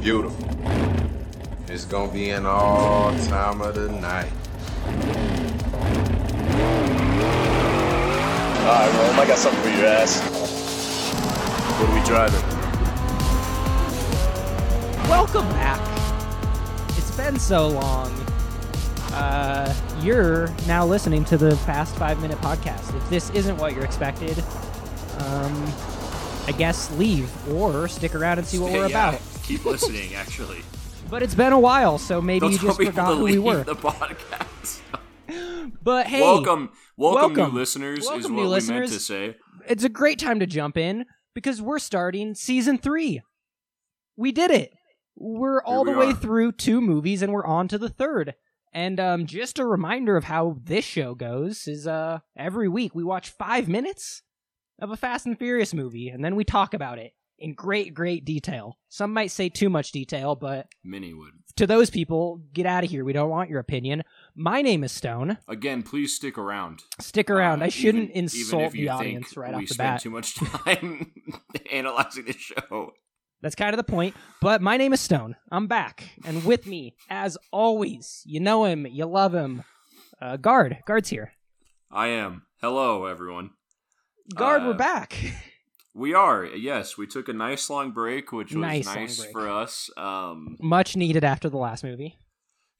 beautiful. It's gonna be in all time of the night. Alright, Rome, I got something for your ass. What are we driving? Welcome back. It's been so long. Uh, you're now listening to the past five minute podcast. If this isn't what you're expected, um, I guess leave or stick around and see what we're Yeah, about. Keep listening, actually. But it's been a while, so maybe Don't you tell just people to forgot who we leave were. the podcast. But hey, welcome, welcome, welcome. new listeners is Welcome, what new we meant listeners. to say. it's a great time to jump in because we're starting season three. We did it. We're all we the way are. through two movies and we're on to the third. And um, just a reminder of how this show goes is uh, every week we watch five minutes of a Fast and Furious movie and then we talk about it in great, great detail. Some might say too much detail, but Many would. to those people, get out of here. We don't want your opinion. My name is Stone. Again, please stick around. Stick around. Uh, I shouldn't even- insult even if you the think audience right we off the spend bat. too much time analyzing the show. That's kind of the point. But my name is Stone. I'm back. And with me, as always, you know him, you love him. Uh, guard. Guard's here. I am. Hello, everyone. Guard, Uh, we're back. We are. Yes, we took a nice long break, which was Nice nice, long break. for us. Um, Much needed after the last movie.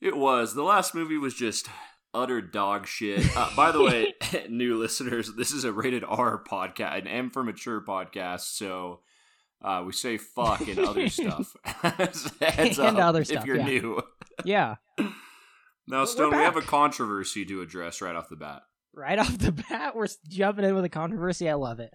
It was. The last movie was just utter dog shit. Uh, by the way, new listeners, this is a rated R podcast, an M for mature podcast. So uh, we say fuck and other stuff. Heads And up other If stuff, you're yeah. new. Yeah. Now, we're Stone, we have a back. controversy to address right off the bat. Right off the bat, we're jumping in with a controversy. I love it.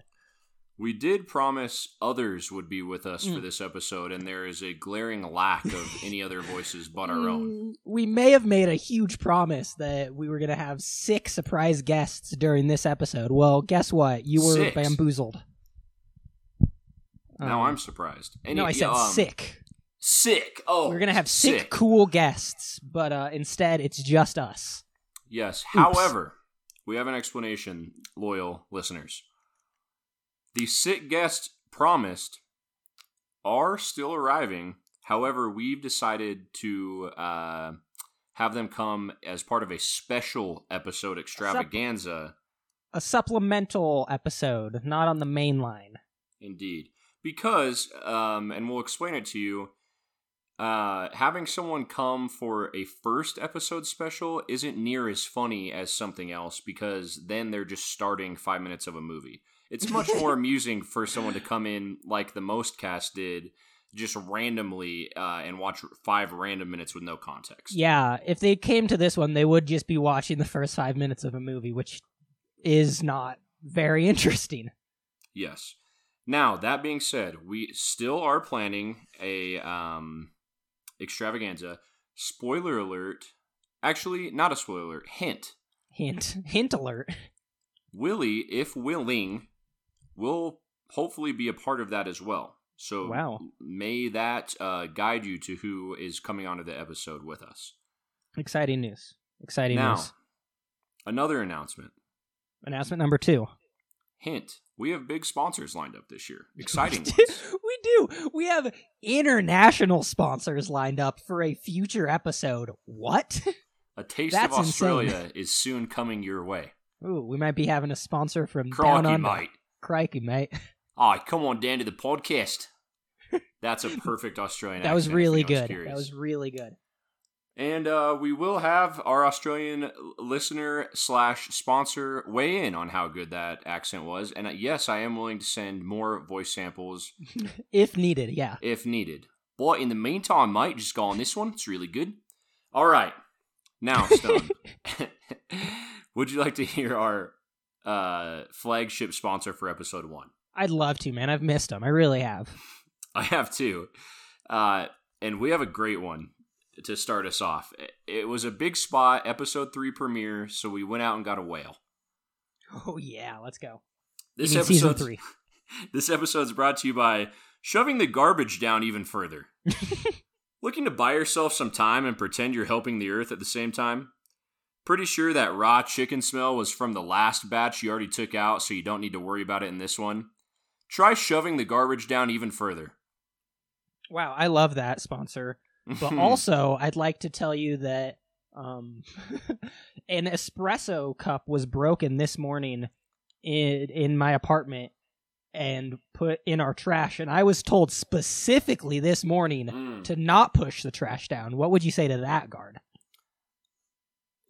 We did promise others would be with us for Mm. this episode, and there is a glaring lack of any other voices but our own. Mm, We may have made a huge promise that we were going to have six surprise guests during this episode. Well, guess what? You were Six. bamboozled. now Um, I'm surprised. Any, No, I said yeah, um, sick. Sick. Oh, We're gonna have sick, sick. cool guests, but uh, instead it's just us. Yes. However, we have an explanation, loyal listeners. The sick guests promised are still arriving. However, we've decided to uh, have them come as part of a special episode extravaganza. A supplemental episode, not on the main line. Indeed. Because, um, and we'll explain it to you, uh, having someone come for a first episode special isn't near as funny as something else because then they're just starting five minutes of a movie. It's much more amusing for someone to come in like the most cast did, just randomly uh, and watch five random minutes with no context. Yeah, if they came to this one, they would just be watching the first five minutes of a movie, which is not very interesting. Yes. Now that being said, we still are planning a um, extravaganza. Spoiler alert! Actually, not a spoiler alert. Hint: Hint, hint alert. Willie, if willing, will hopefully be a part of that as well. So Wow. may that uh, guide you to who is coming onto the episode with us. Exciting news. Exciting now, news. another announcement. Announcement number two. Hint: We have big sponsors lined up this year. Exciting we ones. do. We have international sponsors lined up for a future episode. What? A taste That's of insane. Australia is soon coming your way. Ooh, we might be having a sponsor from down Crikey, under. mate. Crikey, mate. Oh, come on down to the podcast. That's a perfect Australian. That was accent, if really anyone's good. curious. That was really good. and uh, we will have our Australian listener slash sponsor weigh in on how good that accent was. And uh, yes, I am willing to send more voice samples If needed, yeah. if needed. But in the meantime, mate, just go on this one. It's really good. All right, now Stone, would you like to hear our uh, flagship sponsor for episode one? I'd love to, man. I've missed them. I really have. I have two. Uh, and we have a great one to start us off. It was a big spot, episode three premiere, so we went out and got a whale. Oh yeah, let's go. This You mean season episode, three. this episode's brought to you by shoving the garbage down even further. Looking to buy yourself some time and pretend you're helping the earth at the same time? Pretty sure that raw chicken smell was from the last batch you already took out, so you don't need to worry about it in this one. Try shoving the garbage down even further. Wow, I love that sponsor. But Hmm. also, I'd like to tell you that um, an espresso cup was broken this morning in, in my apartment and put in our trash. And I was told specifically this morning Mm. to not push the trash down. What would you say to that, guard?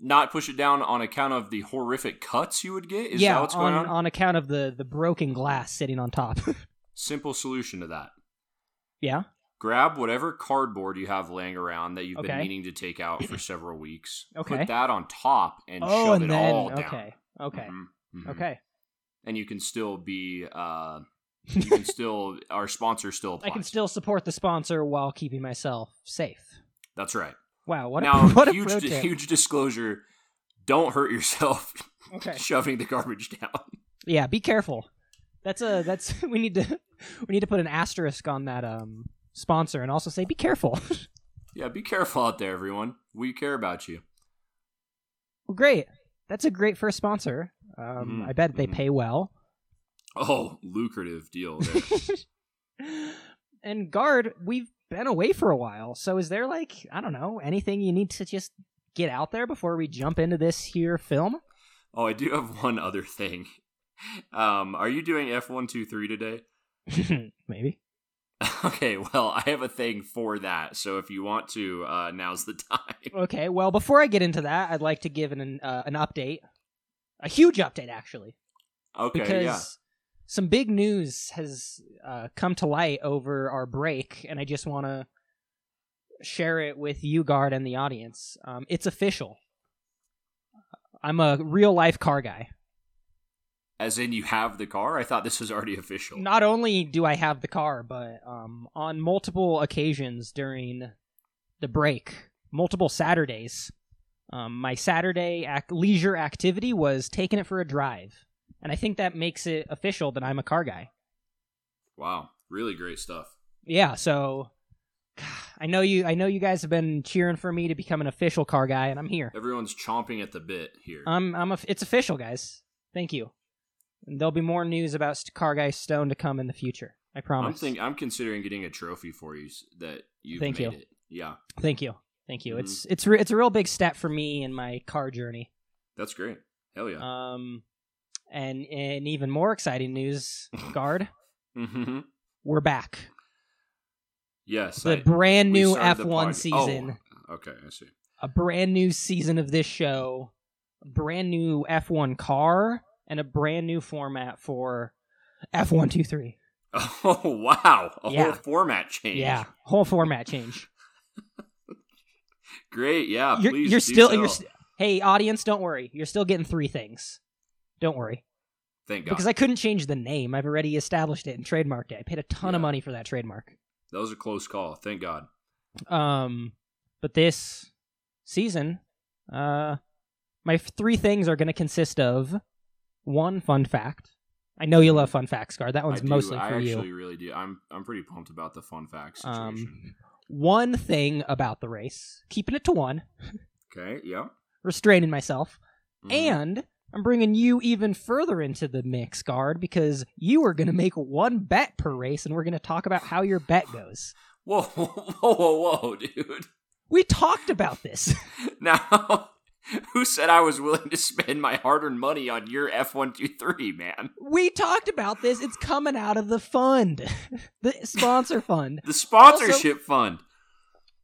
not push it down on account of the horrific cuts you would get. Is yeah, that what's going on? on on account of the the broken glass sitting on top. Simple solution to that. yeah. Grab whatever cardboard you have laying around that you've been Okay. meaning to take out for several weeks. Okay. Put that on top and oh, shove and it then all down. okay, okay, Mhm, mhm. okay. And you can still be uh you can still our sponsor still I applies. can still support the sponsor while keeping myself safe. That's right. Wow, what now a what a huge pro di- tip. huge disclosure. Don't hurt yourself Okay, shoving the garbage down. yeah, be careful. That's a that's we need to we need to put an asterisk on that um sponsor and also say be careful. Yeah, be careful out there, everyone. We care about you. well, great. That's a great first sponsor. Um, Mhm, I bet they mhm. pay well. Oh, lucrative deal there. and guard, we've been away for a while, so is there like I don't know anything you need to just get out there before we jump into this here film? oh, I do have one other thing. Um, are you doing F one two three today? Maybe. Okay, well, I have a thing for that. So if you want to, uh, now's the time. Okay. Well, before I get into that, I'd like to give an uh, an update, a huge update actually, Okay, because yeah. some big news has uh, come to light over our break, and I just want to share it with you, guard, and the audience. Um, it's official. I'm a real life car guy. As in, you have the car. I thought this was already official. Not only do I have the car, but um, on multiple occasions during the break, multiple Saturdays, um, my Saturday ac- leisure activity was taking it for a drive. And I think that makes it official that I'm a car guy. Wow, really great stuff. Yeah, so I know you I know you guys have been cheering for me to become an official car guy and I'm here. Everyone's chomping at the bit here. I'm I'm a, it's official, guys. Thank you. And there'll be more news about St- Car Guy Stone to come in the future. I I'm promise. think I'm considering getting a trophy for you s- that you've Thank made you. it. Yeah, Thank you. Thank Mm-hmm. you. It's it's re- it's a real big step for me in my car journey. that's great. Hell yeah. Um and and even more exciting news, guard, mm-hmm. we're back. Yes. The I- brand we new started the F1 pod- season, Oh, okay, I see. a brand new season of this show, a brand new F1 car and a brand new format for F123. Oh wow, a whole Yeah. format change. Yeah, whole format change. great. Yeah, you're, please. you're do still tell. you're st- hey audience don't worry you're still getting three things don't worry Thank God. because i couldn't change the name i've already established it and trademarked it i paid a ton of Yeah. money for that trademark that was a close call. Thank God. um but this season uh my f- three things are going to consist of one fun fact i know you love fun facts guard that one's I do, mostly I for actually you really do. I'm I'm pretty pumped about the fun facts situation. um one thing about the race keeping it to one okay. Yeah. restraining myself Mhm. And I'm bringing you even further into the mix, guard, because you are going to make one bet per race, and we're going to talk about how your bet goes. whoa, whoa, whoa, whoa, dude. We talked about this. Now, who said I was willing to spend my hard-earned money on your F one two three, man? We talked about this. It's coming out of the fund, the sponsor fund. The sponsorship fund.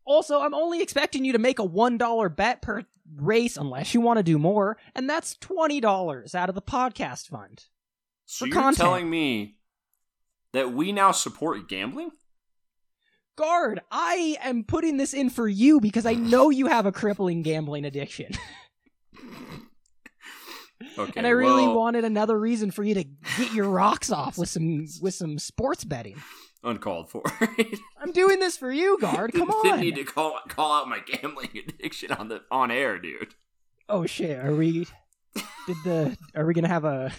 Also, I'm only expecting you to make a $1 bet per race unless you want to do more, and that's $20 out of the podcast fund. So for you're content. telling me that we now support gambling? Guard, I am putting this in for you because I know you have a crippling gambling addiction. Okay. and I really well, wanted another reason for you to get your rocks off with some with some sports betting. uncalled for. I'm doing this for you, guard. Come Didn't- on. Didn't need to call call out my gambling addiction on the on air, dude. Oh shit, are we? Did the are we gonna have a?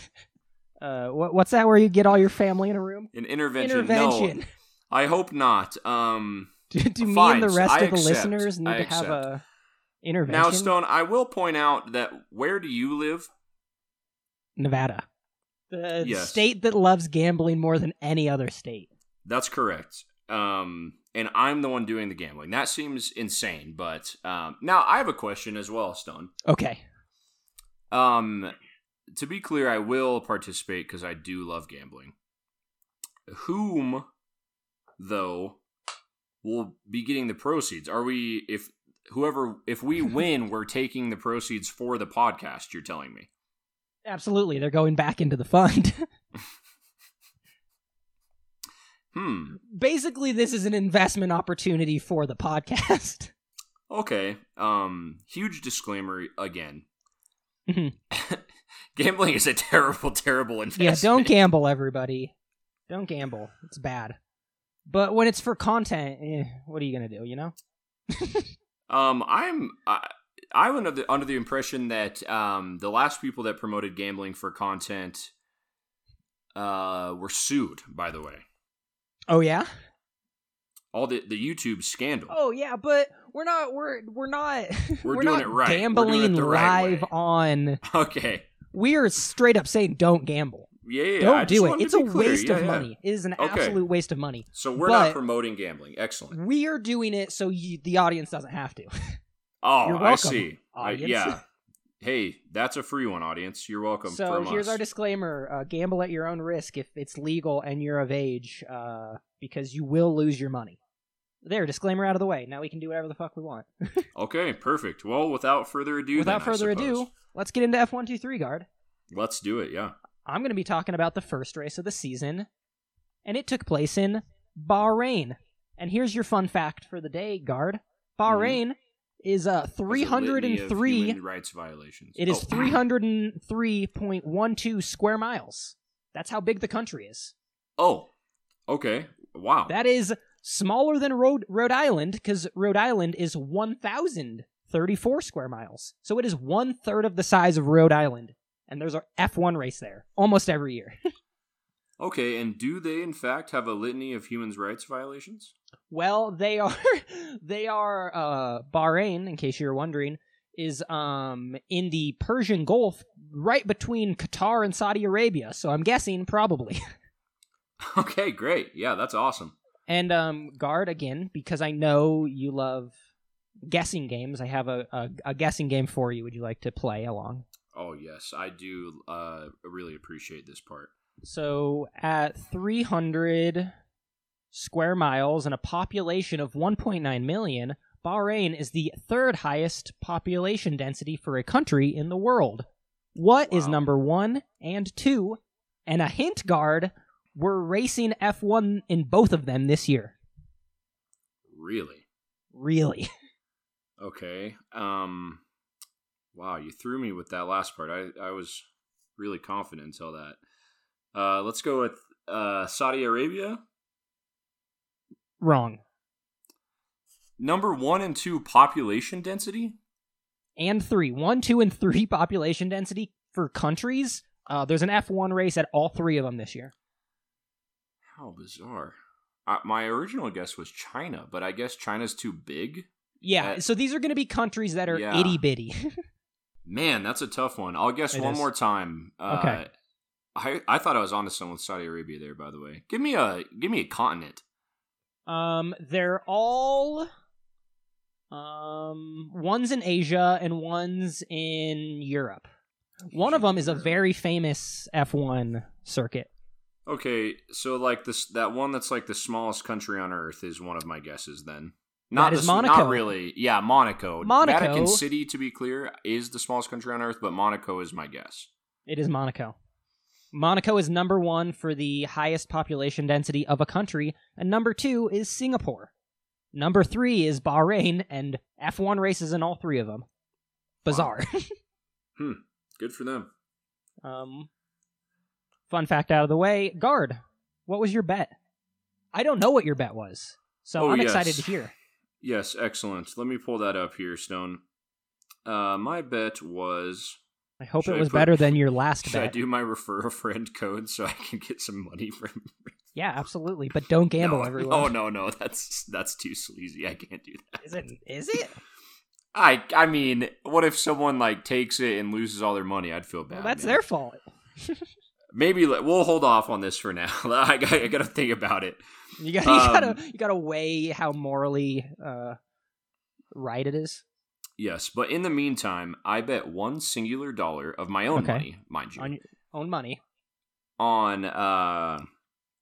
Uh, what, what's that where you get all your family in a room? An intervention. Intervention. No, I hope not. Um, Do, do me Fine, and the so rest I of the accept. listeners need I to have a intervention? now, Stone, I will point out that where do you live? Nevada, the Yes. state that loves gambling more than any other state. That's correct. Um, and I'm the one doing the gambling. That seems insane. But um, now I have a question as well, Stone. Okay. Um, to be clear, I will participate because I do love gambling. Whom, though, will be getting the proceeds? Are we if whoever if we win, we're taking the proceeds for the podcast? You're telling me. Absolutely. They're going back into the fund. Hmm. Basically, this is an investment opportunity for the podcast. Okay. Um. Huge disclaimer again. Mhm. Gambling is a terrible, terrible yeah, investment. don't gamble, everybody. Don't gamble. It's bad. But when it's for content, eh, what are you going to do, you know? Um, I'm I, I'm under the, under the impression that um the last people that promoted gambling for content uh were sued. By the way, Oh, yeah? all the the YouTube scandal. Oh, yeah, but we're not, we're, we're not, We're we're doing not it right. We're doing it gambling the right live way. on, Okay. we are straight up saying don't gamble. Yeah, yeah, yeah. I don't just do it. wanted It's to a be clear. waste Yeah, of yeah. money. It is an Okay. absolute waste of money. So we're But- Mm-hmm. not promoting gambling. Excellent. We are doing it so you, the audience doesn't have to. Oh, You're I welcome, see. I, audience. yeah. Hey, that's a free one, audience. You're welcome. So from here's us. our disclaimer: uh, gamble at your own risk if it's legal and you're of age, uh, because you will lose your money. There, disclaimer out of the way. Now we can do whatever the fuck we want. Okay, perfect. Well, without further ado, Without then, I further ado, suppose. let's get into F123 guard. let's do it. Yeah. I'm going to be talking about the first race of the season, and it took place in Bahrain. And here's your fun fact for the day, guard. Bahrain is uh, Mm-hmm. There's a litany of 303 human rights violations. It is Oh. 303.12 square miles. That's how big the country is. Oh, okay. Wow. That is smaller than Rhode, Rhode Island because Rhode Island is 1,034 square miles. So it is one third of the size of Rhode Island. And there's a F1 race there almost every year. okay, and do they in fact have a litany of human rights violations? Well, they are they are uh Bahrain, in case you're wondering, is um in the Persian Gulf right between Qatar and Saudi Arabia, so I'm guessing probably. Okay, great. Yeah, that's awesome. And um guard again, because I know you love guessing games. I have a, a, a guessing game for you. Would you like to play along? Oh yes, I do uh really appreciate this part. So at three hundred square miles and a population of one point nine million, Bahrain is the third highest population density for a country in the world. What is Wow. number one and two? And a hint guard, we're racing F one in both of them this year. Really? Really? Okay. Um Wow, you threw me with that last part. I I was really confident until that. Uh let's go with uh Saudi Arabia. Wrong. Number 1 and 2 population density? and three. One, two, and three population density for countries. Uh, there's an F1 race at all three of them this year. How bizarre. Uh, my original guess was China, but I guess China's too big. Yeah, Uh, so these are going to be countries that are yeah. itty bitty. Man, that's a tough one. I'll guess It one is. more time. Uh, Okay. I, I thought I was onto someone with Saudi Arabia there. By the way, give me a give me a continent. um, they're all um one's in Asia and one's in Europe. One of them is a very famous F1 circuit. Okay, so like this that one that's like the smallest country on earth is one of my guesses. Then not is the s- Monaco. Not really. Yeah, Monaco. Monaco- Vatican City, to be clear, is the smallest country on earth, but Monaco is my guess. It is Monaco. Monaco is number one for the highest population density of a country, and number two is Singapore. Number three is Bahrain, and F1 races in all three of them. Bizarre. Good for them. um, fun fact out of the way Guard, what was your bet? I don't know what your bet was, so Oh, I'm yes. excited to hear. Yes, excellent. Let me pull that up here, Stone. Uh, my bet was I hope Should it I was put- better than your last should I bet. do my refer a friend code so I can get some money from Yeah, absolutely, but don't gamble, no, everyone. Oh no, no, that's that's too sleazy. I can't do that. Is it? Is it? I I mean, what if someone like takes it and loses all their money? I'd feel bad. Well, that's man. their fault. maybe let- we'll hold off on this for now. I got I got to think about it. You got you Um, gotta you gotta weigh how morally uh, right it is. Yes, but in the meantime, I bet one singular dollar of my own Okay. money, mind you, On your own money. on uh,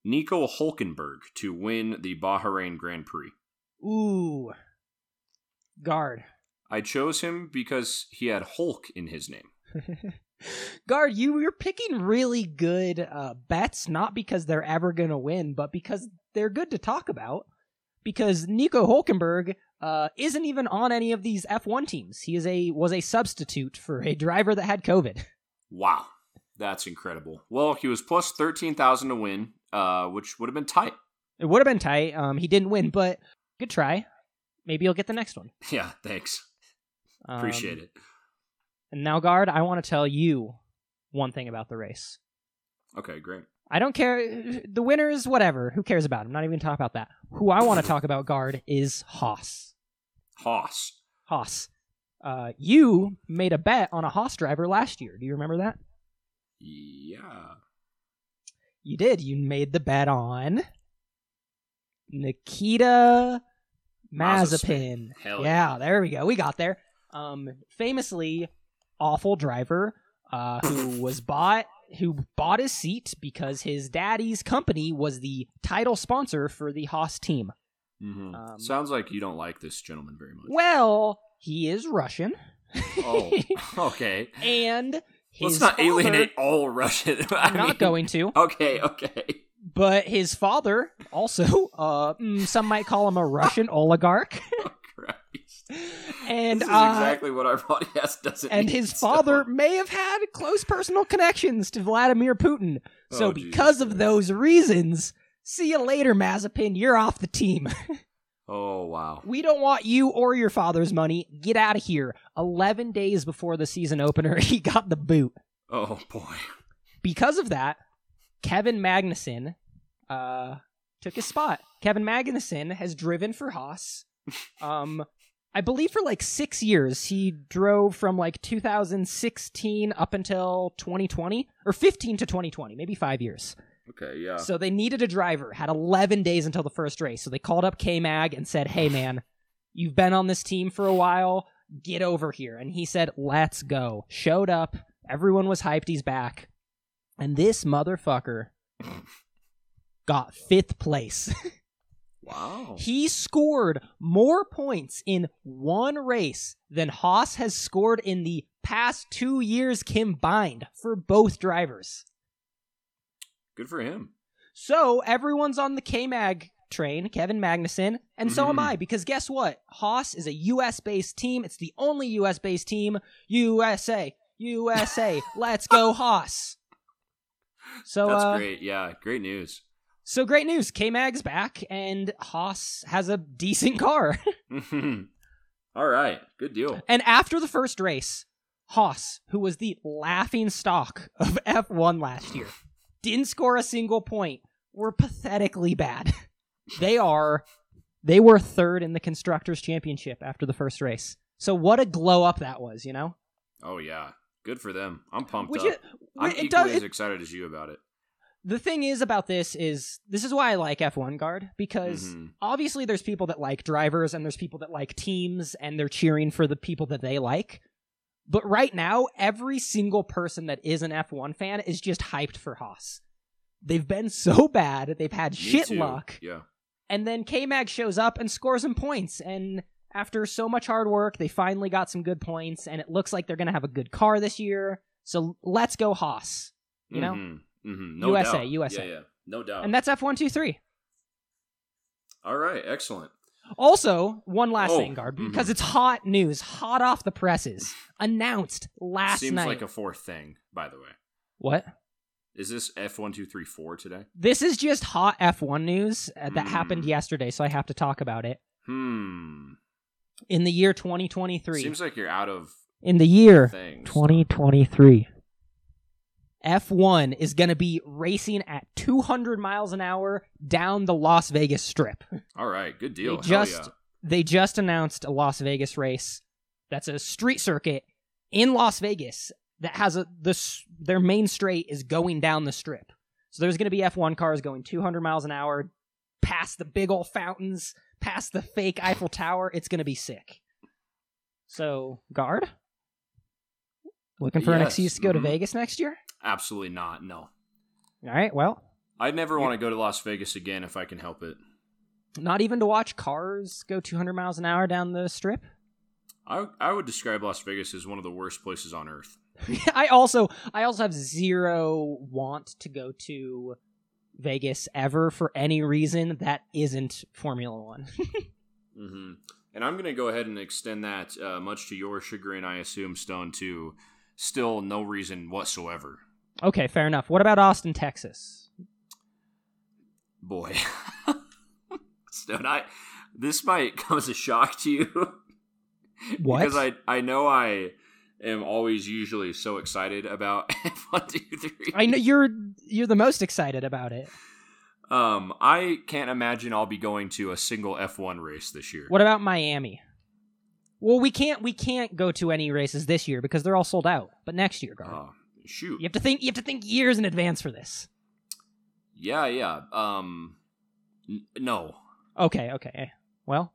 Nico Hulkenberg to win the Bahrain Grand Prix. Ooh, guard, I chose him because he had Hulk in his name. guard. You you're picking really good uh, bets, not because they're ever gonna win, but because they're good to talk about. Because Nico Hulkenberg uh, isn't even on any of these F1 teams. He is a was a substitute for a driver that had COVID. Wow, that's incredible. Well, he was plus thirteen thousand to win, uh, which would have been tight. It would have been tight. Um, he didn't win, but good try. Maybe you'll get the next one. Yeah, thanks, Um, appreciate it. And now, guard, I want to tell you one thing about the race. Okay, great. I don't care. The winners, whatever. Who cares about them? Not even talking about that. Who I want to talk about, guard, is Haas. Haas. Haas. Uh, you made a bet on a Haas driver last year. Do you remember that? Yeah. You did. You made the bet on Nikita Mazepin. Mazepin. Hell yeah, there we go. We got there. Um, famously awful driver uh, who was bought who bought his seat because his daddy's company was the title sponsor for the Haas team. hmm Um, Sounds like you don't like this gentleman very much. Well, he is Russian, oh, okay. and his Let's not father- alienate all Russian. I I'm not mean- going to. Okay, okay. But his father also, uh, mm, some might call him a Russian oligarch, Oh, Christ. and this is uh, exactly what our podcast doesn't. and need, his so- father may have had close personal connections to Vladimir Putin. So Oh, Jesus because of Christ. those reasons, see you later, Mazepin. You're off the team. Oh wow. We don't want you or your father's money. Get out of here. Eleven days before the season opener, he got the boot. Oh boy. because of that, Kevin Magnuson uh, took his spot. Kevin Magnuson has driven for Haas. Um, I believe for like six years, he drove from like 2016 up until 2020, or 15 to 2020, maybe five years. Okay, yeah. So they needed a driver, had 11 days until the first race. So they called up K Mag and said, Hey, man, you've been on this team for a while. Get over here. And he said, Let's go. Showed up. Everyone was hyped. He's back. And this motherfucker got fifth place. wow. he scored more points in one race than Haas has scored in the past two years combined for both drivers. Good for him. So everyone's on the K Mag train, Kevin Magnuson, and so am Mhm. I, because guess what? Haas is a US based team. It's the only US based team. USA, USA, let's go, Haas. So That's uh, great. Yeah, great news. so great news. K Mag's back and Haas has a decent car. all right. Good deal. and after the first race, Haas, who was the laughing stock of F1 last year, didn't score a single point, were pathetically bad. They are they were third in the constructors championship after the first race. So what a glow up that was, you know? Oh yeah. Good for them. I'm pumped Which up. it, I'm it equally does as it- excited as you about it. the thing is about this is this is why I like F1 guard because Mhm. obviously there's people that like drivers and there's people that like teams and they're cheering for the people that they like. But right now, every single person that is an F1 fan is just hyped for Haas. They've been so bad, they've had Me shit too. luck, Yeah. and then K Mag shows up and scores some points. And after so much hard work, they finally got some good points, and it looks like they're going to have a good car this year. So let's go, Haas. You know? Mm-hmm. Mm-hmm. No USA, doubt. USA. Yeah, yeah. No doubt. And that's F123. All right, excellent. Also, one last Oh, thing, Guard, mhm. because it's hot news, hot off the presses, announced last Seems night. like a fourth thing, by the way. what? Is this F one two three four today? This is just hot F1 news uh, that Mm. happened yesterday, so I have to talk about it. Hmm. In the year 2023, Seems like you're out of in the year things. 2023, F1 is going to be racing at 200 miles an hour down the Las Vegas Strip. All right, good deal. They Hell just- they just announced a Las Vegas race that's a street circuit in Las Vegas that has a this their main straight is going down the strip. So there's going to be F1 cars going 200 miles an hour past the big old fountains, past the fake Eiffel Tower. It's going to be sick. So, guard looking for an Yes, excuse to go to mhm. Vegas next year? Absolutely not. No. All right, well, I'd never want to go to Las Vegas again if I can help it. not even to watch cars go 200 miles an hour down the strip. I, I would describe Las Vegas as one of the worst places on earth. I also I also have zero want to go to Vegas ever for any reason that isn't Formula 1. hmm And I'm going to go ahead and extend that, uh, much to your chagrin, I assume, Stone, too. Still no reason whatsoever. okay, fair enough. What about Austin, Texas? Boy. Stone, I, this might come as a shock to you. What? Because I, I know I am always usually so excited about F1, 2, 3. I know you're you're the most excited about it. Um, I can't imagine I'll be going to a single F1 race this year. What about Miami? Well, we can't we can't go to any races this year because they're all sold out. But next year, Gar. Oh, shoot. You have to think you have to think years in advance for this. Yeah, yeah. Um, n- no. Okay, okay. Well,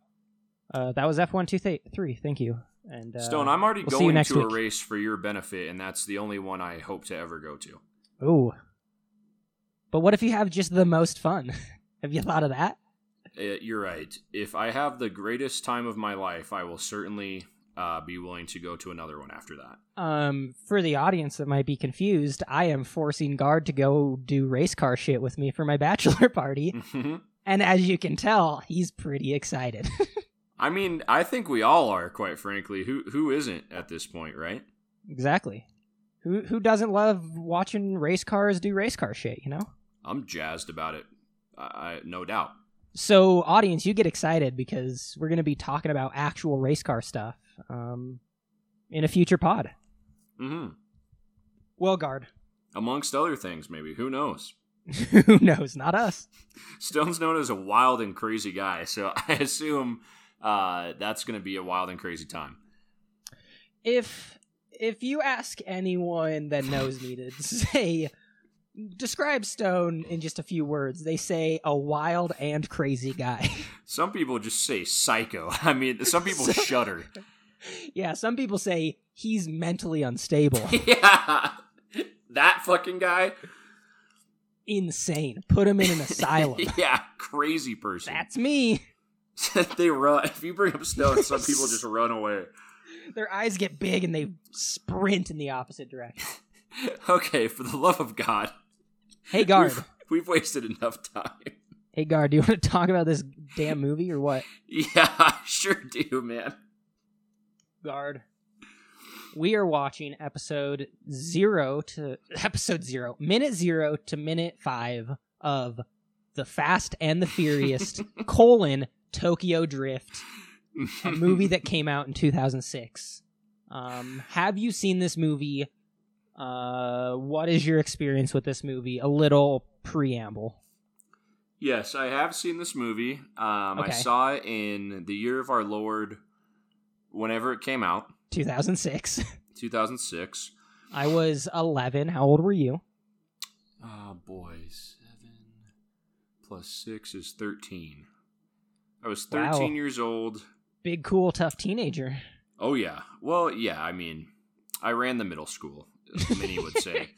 uh, that was F1 two th- 3. Thank you. And uh, Stone, I'm already we'll see you going next to a week. race for your benefit, and that's the only one I hope to ever go to. Ooh. But what if you have just the most fun? have you thought of that? Uh, you're right. If I have the greatest time of my life, I will certainly uh, be willing to go to another one after that. Um, for the audience that might be confused, I am forcing Guard to go do race car shit with me for my bachelor party, Mhm. and as you can tell, he's pretty excited. I mean, I think we all are, quite frankly. Who who isn't at this point, right? exactly. Who who doesn't love watching race cars do race car shit, you know? I'm jazzed about it. I, I no doubt. So, audience, you get excited because we're going to be talking about actual race car stuff um, in a future pod. hmm Well, guard. Amongst other things, maybe. Who knows? Who knows? Not us. Stone's known as a wild and crazy guy, so I assume uh, that's going to be a wild and crazy time. If if you ask anyone that knows me to say describe Stone in just a few words, they say a wild and crazy guy. Some people just say psycho. I mean, some people So- shudder. yeah, some people say he's mentally unstable, yeah, that fucking guy. insane. Put him in an asylum. yeah, crazy person. That's me. they run. If you bring up Stone, some people just run away. Their eyes get big and they sprint in the opposite direction. Okay, for the love of God, Hey guard. we've, we've wasted enough time. Hey guard, do you want to talk about this damn movie or what? Yeah, I sure do, man. guard. We are watching episode zero to episode zero, minute zero to minute five of the Fast and the Furious colon Tokyo Drift, a movie that came out in 2006. Um, have you seen this movie? Uh, what is your experience with this movie? A little preamble. Yes, I have seen this movie. Um, I Okay. saw it in the year of our Lord, whenever it came out, 2006. 2006. I was 11. How old were you? Oh boy, seven plus six is thirteen. I was Wow. thirteen years old. Big, cool, tough teenager. Oh yeah. Well, yeah. I mean, I ran the middle school. as Many would say.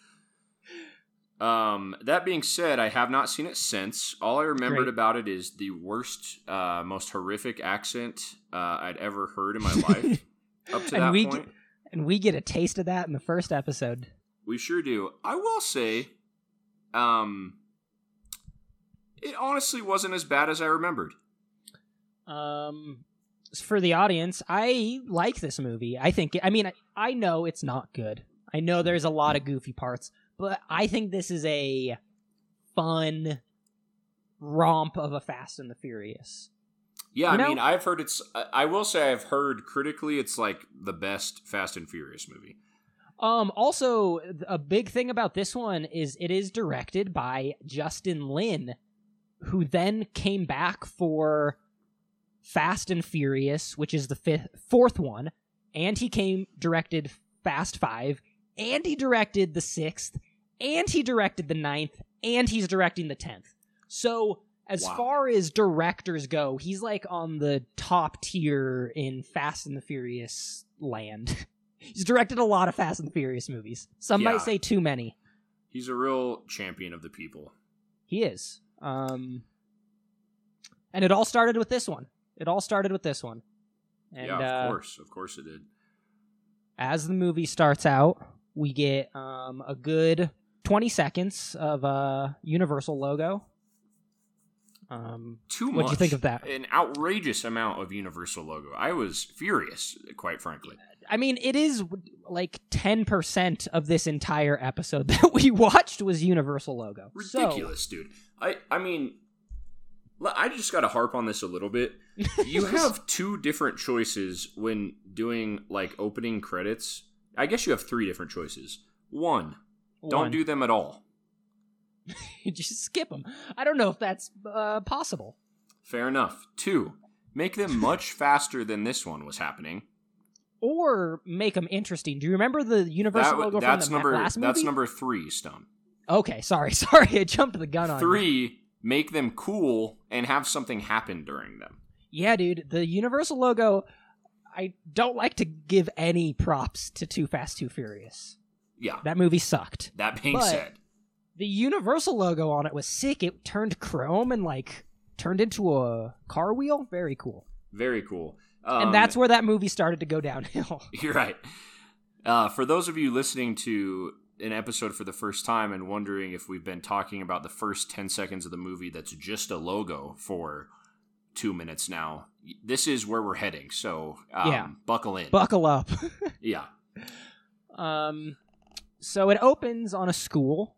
Um, that being said, I have not seen it since. All I remembered Great. about it is the worst, uh, most horrific accent uh, I'd ever heard in my life. Up to And that we point, And we get a taste of that in the first episode. we sure do. I will say, um, it honestly wasn't as bad as I remembered. Um, for the audience, I like this movie. I think. I mean, I, I know it's not good. I know there's a lot of goofy parts, but I think this is a fun romp of a Fast and the Furious. Yeah, You I know- mean, I've heard it's. I I will say I've heard critically it's like the best Fast and Furious movie. Um, also, th- a big thing about this one is it is directed by Justin Lin, who then came back for Fast and Furious, which is the fifth, fourth one, and he came directed Fast Five, and he directed the sixth, and he directed the ninth, and he's directing the tenth. So as Wow. far as directors go, he's like on the top tier in Fast and the Furious land. he's directed a lot of Fast and the Furious movies. Some Yeah. might say too many. He's a real champion of the people. He is. Um, and it all started with this one. It all started with this one. And, yeah, of uh, course, of course it did. as the movie starts out, we get um, a good 20 seconds of uh, Universal logo. Um, Too much. What'd you think of that? An outrageous amount of Universal logo. I was furious, quite frankly. I mean, it is like 10% of this entire episode that we watched was Universal logo. So- Ridiculous, dude. I I mean, l- I just got to harp on this a little bit. You have two different choices when doing like opening credits. I guess you have three different choices. One, One. don't do them at all. Just skip them. I don't know if that's uh, possible. Fair enough. Two, make them much faster than this one was happening. Or make them interesting. Do you remember the Universal That w- logo that's from the ma- number last movie? that's number three, Stump. Okay, sorry, sorry, I jumped the gun on you. Three, make them cool and have something happen during them. Yeah, dude, the Universal logo. I don't like to give any props to Too Fast, Too Furious. Yeah. That movie sucked. That being But- said, The Universal logo on it was sick. It turned chrome and like turned into a car wheel. Very cool. very cool. Um, and that's where that movie started to go downhill. You're right. Uh, for those of you listening to an episode for the first time and wondering if we've been talking about the first 10 seconds of the movie that's just a logo for two minutes now, y- this is where we're heading. So um, Yeah. buckle in. Buckle up. yeah. Um, so it opens on a school.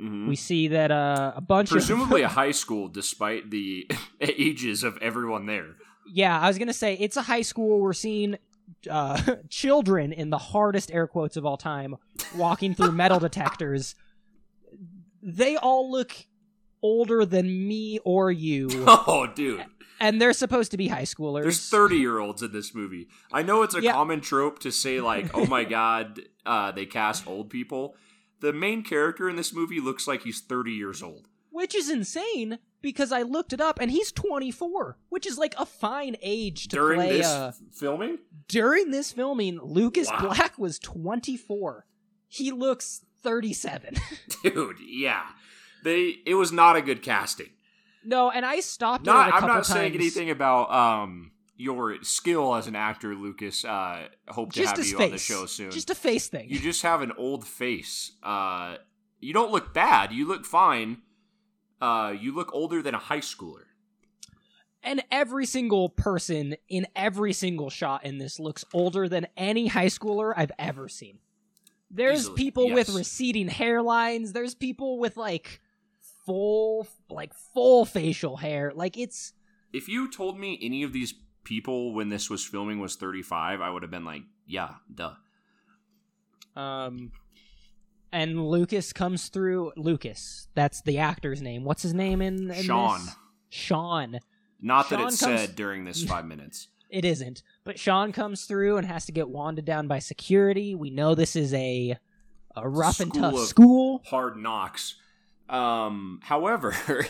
Mhm. We see that uh, a bunch of Presumably a high school, despite the ages of everyone there. Yeah, I was gonna say it's a high school. We're seeing uh, children in the hardest air quotes of all time walking through metal detectors. They all look older than me or you, Oh, dude. and they're supposed to be high schoolers. There's 30 year olds in this movie. I know it's a Yeah. common trope to say, like, oh my god, uh, they cast old people. The main character in this movie looks like he's 30 years old. which is insane because I looked it up, and he's 24, which is like a fine age to During play. this uh, f- filming? during this filming, Lucas Wow. Black was 24. He looks 37. Dude, yeah. They it was not a good casting. no, and I stopped. it at Not a I'm couple not saying times. anything about um your skill as an actor, Lucas. Uh hope to just have a you face. on the show soon. Just a face thing. you just have an old face. Uh you don't look bad, you look fine. Uh you look older than a high schooler. and every single person in every single shot in this looks older than any high schooler I've ever seen. There's Easily, people with yes. receding hairlines. There's people with like full, like full facial hair. Like it's if you told me any of these people when this was filming was 35 i would have been like yeah duh um. And Lucas comes through. Lucas, that's the actor's name. What's his name in, in Sean. this? Sean. not that Sean it's comes- said during this five minutes It isn't. But Sean comes through and has to get wanded down by security. We know this is a a rough and School tough of- school. hard knocks um however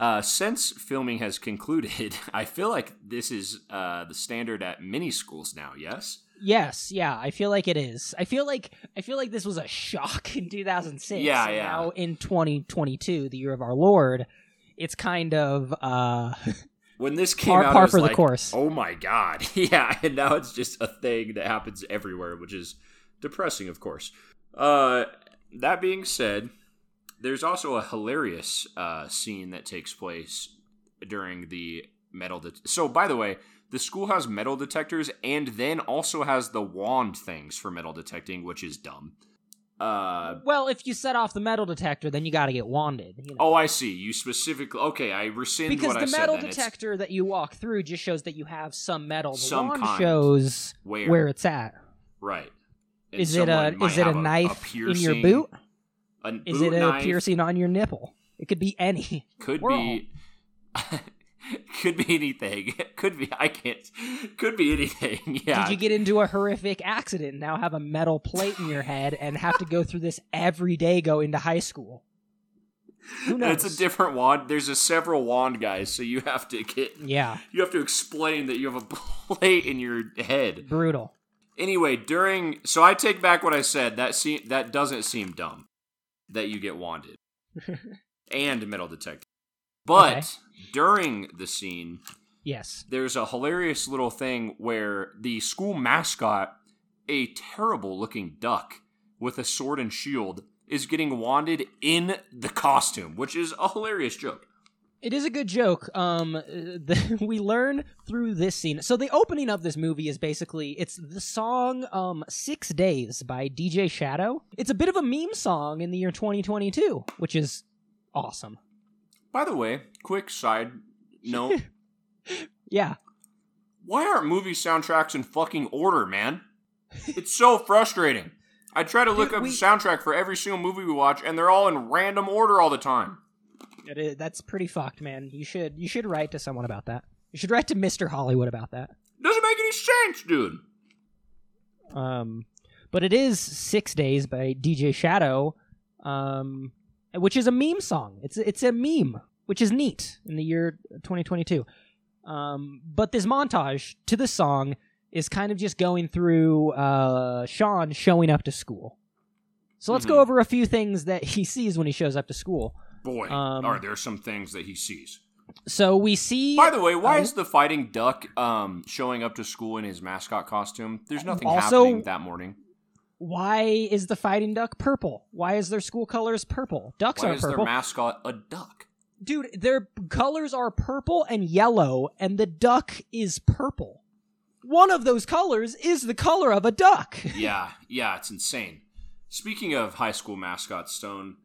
uh since filming has concluded i feel like this is uh the standard at many schools now yes Yes, yeah, I feel like it is. I feel like I feel like this was a shock in 2006. Yeah, and yeah. Now in 2022, the year of our Lord, it's kind of uh when this came par, out par it was for like, the course. oh my god yeah and now it's just a thing that happens everywhere which is depressing of course uh that being said there's also a hilarious uh scene that takes place during the metal det- so by the way the school has metal detectors and then also has the wand things for metal detecting which is dumb uh Well, if you set off the metal detector, then you got to get wanded. You know? oh i see you specifically okay i rescind because what the i said metal then. It's detector that you walk through just shows that you have some metal. The Some wand kind. shows where, where it's at. right And Is it someone a might is it a have knife in your piercing- boot? A Is boot it a knife piercing on your nipple? It could be any. Could We're be. could be anything. Could be I can't. Could be anything. Yeah. Did you get into a horrific accident? and Now have a metal plate in your head and have to go through this every day going to high school. Who knows? It's a different wand. There's a several wand guys, so you have to get Yeah, you have to explain that you have a plate in your head. brutal. Anyway, during so I take back what I said. That se- that doesn't seem dumb that you get wanded and metal detector. But Okay. during the scene, Yes. there's a hilarious little thing where the school mascot, a terrible looking duck with a sword and shield, is getting wanded in the costume, which is a hilarious joke. It is a good joke. Um, uh, the, we learn through this scene. So the opening of this movie is basically it's the song um, Six Days by DJ Shadow. It's a bit of a meme song in the year 2022, which is awesome. By the way, quick side note Yeah. why aren't movie soundtracks in fucking order, man? It's so frustrating. I try to look Dude, up we- the soundtrack for every single movie we watch, and they're all in random order all the time. It is, that's pretty fucked, man. You should you should write to someone about that. You should write to Mr. Hollywood about that. Doesn't make any sense, dude. Um, but it is Six Days by DJ Shadow, um, which is a meme song. It's it's a meme, which is neat in the year 2022. Um, but this montage to the song is kind of just going through uh, Sean showing up to school. So let's go Mhm. over a few things that he sees when he shows up to school. Boy, Um, are there some things that he sees. So we see By the way, why Oh. is the fighting duck um, showing up to school in his mascot costume? There's nothing Also- happening that morning. why is the fighting duck purple? Why is their school colors purple? Ducks Why aren't is purple. their mascot a duck? Dude, their colors are purple and yellow, and the duck is purple. One of those colors is the color of a duck. yeah, yeah, it's insane. Speaking of high school mascots, Stone,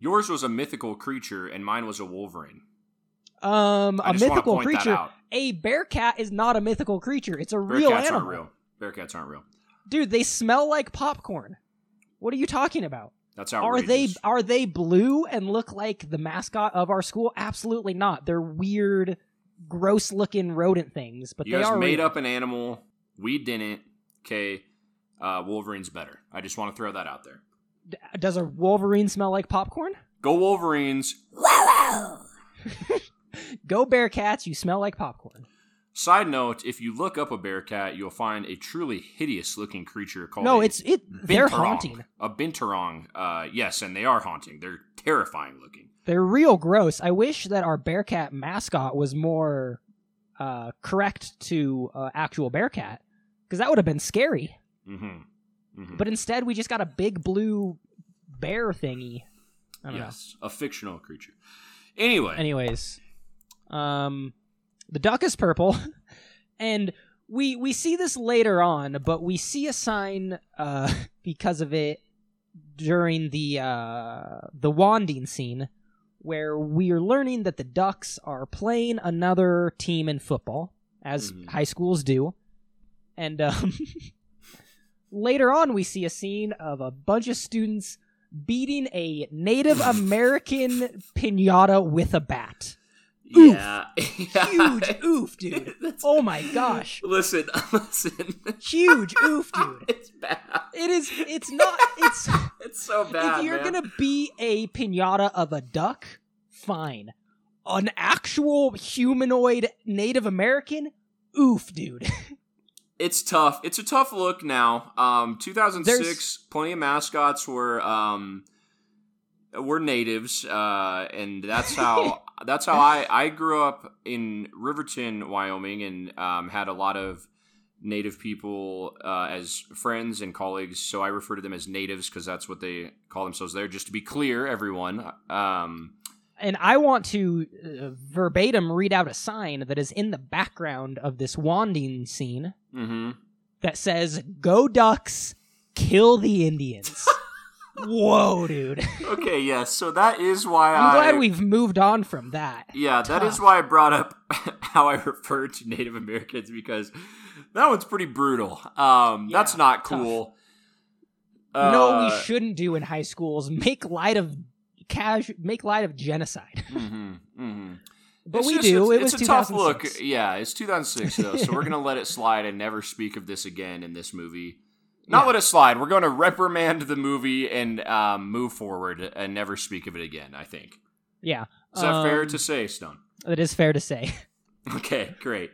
yours was a mythical creature and mine was a wolverine. Um, I a just wanna mythical point that creature. out. A bear cat is not a mythical creature. It's a real Bearcats animal. aren't real. Bearcats aren't real. Dude, they smell like popcorn. What are you talking about? That's Are they outrageous. are they blue and look like the mascot of our school? Absolutely not. They're weird, gross-looking rodent things, but you they guys are made real. up an animal. We didn't. Okay, uh, Wolverine's better. I just want to throw that out there. D- Does a wolverine smell like popcorn? Go Wolverines. Go Bearcats, you smell like popcorn. Side note: If you look up a bear cat, you'll find a truly hideous-looking creature called No, a it's it. binturong. They're haunting. A binturong. Uh, yes, and they are haunting. They're terrifying looking. They're real gross. I wish that our Bearcat mascot was more uh, correct to uh, actual Bearcat, because that would have been scary. Mm-hmm. hmm But instead, we just got a big blue bear thingy. I don't yes, a fictional creature. Anyway, know. Anyways, um, the duck is purple, and we we see this later on, but we see a sign uh, because of it during the uh, the wanding scene where we are learning that the Ducks are playing another team in football, as Mhm. high schools do. And um, later on, we see a scene of a bunch of students beating a Native American pinata with a bat. Oof. yeah, Huge oof, dude. That's- Oh my gosh. Listen, listen. Huge oof, dude. it's bad. It is, it's not, it's. It's so bad. if you're man. gonna be a pinata of a duck, fine. An actual humanoid Native American, oof, dude. it's tough. It's a tough look now. Um, 2006, There's- plenty of mascots were um, were natives, uh, and that's how that's how I I grew up in Riverton, Wyoming, and um, had a lot of native people uh, as friends and colleagues. So I refer to them as natives because that's what they call themselves there. Just to be clear, everyone. Um, And I want to uh, verbatim read out a sign that is in the background of this wanding scene hmm that says, "Go Ducks, kill the Indians." Whoa, dude! Okay. Yes. so that is why I'm I- glad we've moved on from that. Yeah, that is Tough. why I brought up how I refer to Native Americans because that one's pretty brutal. Um, Yeah, that's not tough. cool. no, Uh, we shouldn't do in high schools. Make light of cash. Make light of genocide. hmm hmm But mm-hmm, It's we just- do. It's, it was it's a tough 2006. look. Yeah, it's 2006 though, so we're gonna let it slide and never speak of this again in this movie. Not let it slide. We're going to reprimand the movie and um, move forward and never speak of it again. I think Yeah. is that fair Um, to say, Stone? That is fair to say. Okay, great.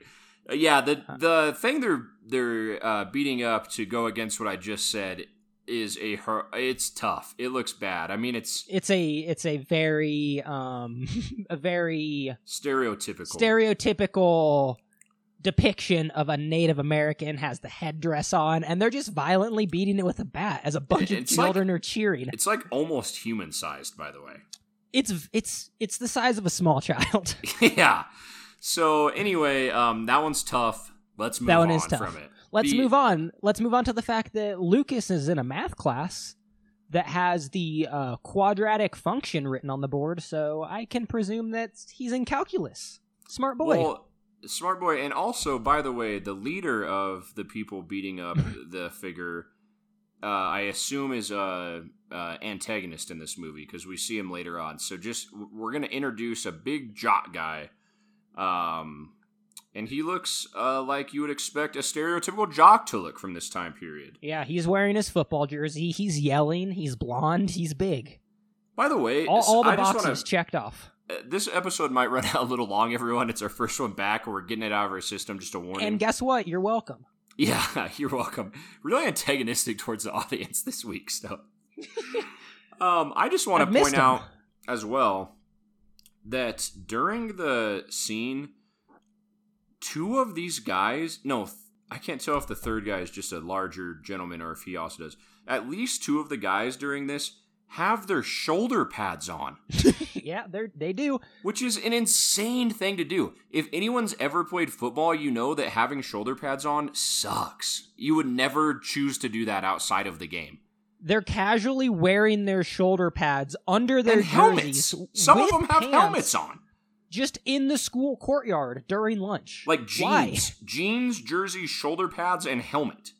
Uh, yeah, the the thing they're they're uh, beating up to go against what I just said is a her. It's tough. It looks bad. I mean, it's It's a it's a very um a very stereotypical. stereotypical depiction of a Native American has the headdress on and they're just violently beating it with a bat as a bunch of It's like- children are cheering. it's like almost human sized, by the way. It's it's it's the size of a small child. yeah. So anyway, um, that one's tough. Let's move That one on is tough. from it. Let's The- move on. Let's move on to the fact that Lucas is in a math class that has the uh, quadratic function written on the board, so I can presume that he's in calculus. Smart boy. Well, smart boy, and also by the way, the leader of the people beating up the figure, uh, I assume is a, uh antagonist in this movie because we see him later on. So just we're gonna introduce a big jock guy, um, and he looks uh, like you would expect a stereotypical jock to look from this time period. yeah, he's wearing his football jersey. He's yelling. He's blonde. He's big. By the way, All, all the I just boxes want to checked off. Uh, this episode might run out a little long, everyone. It's our first one back. We're getting it out of our system. Just a warning. And guess what? You're welcome. yeah, you're welcome. Really antagonistic towards the audience this week, so. um, I just want I've to missed point him. out as well that during the scene, two of these guys, no, th- I can't tell if the third guy is just a larger gentleman or if he also does. At least two of the guys during this have their shoulder pads on yeah, they are they do. which is an insane thing to do. If anyone's ever played football, you know that having shoulder pads on sucks. You would never choose to do that outside of the game. They're casually wearing their shoulder pads under their and helmets. jerseys. Some of with them have pants helmets on. just in the school courtyard during lunch. Like jeans, Why? jeans, jerseys, shoulder pads and helmet,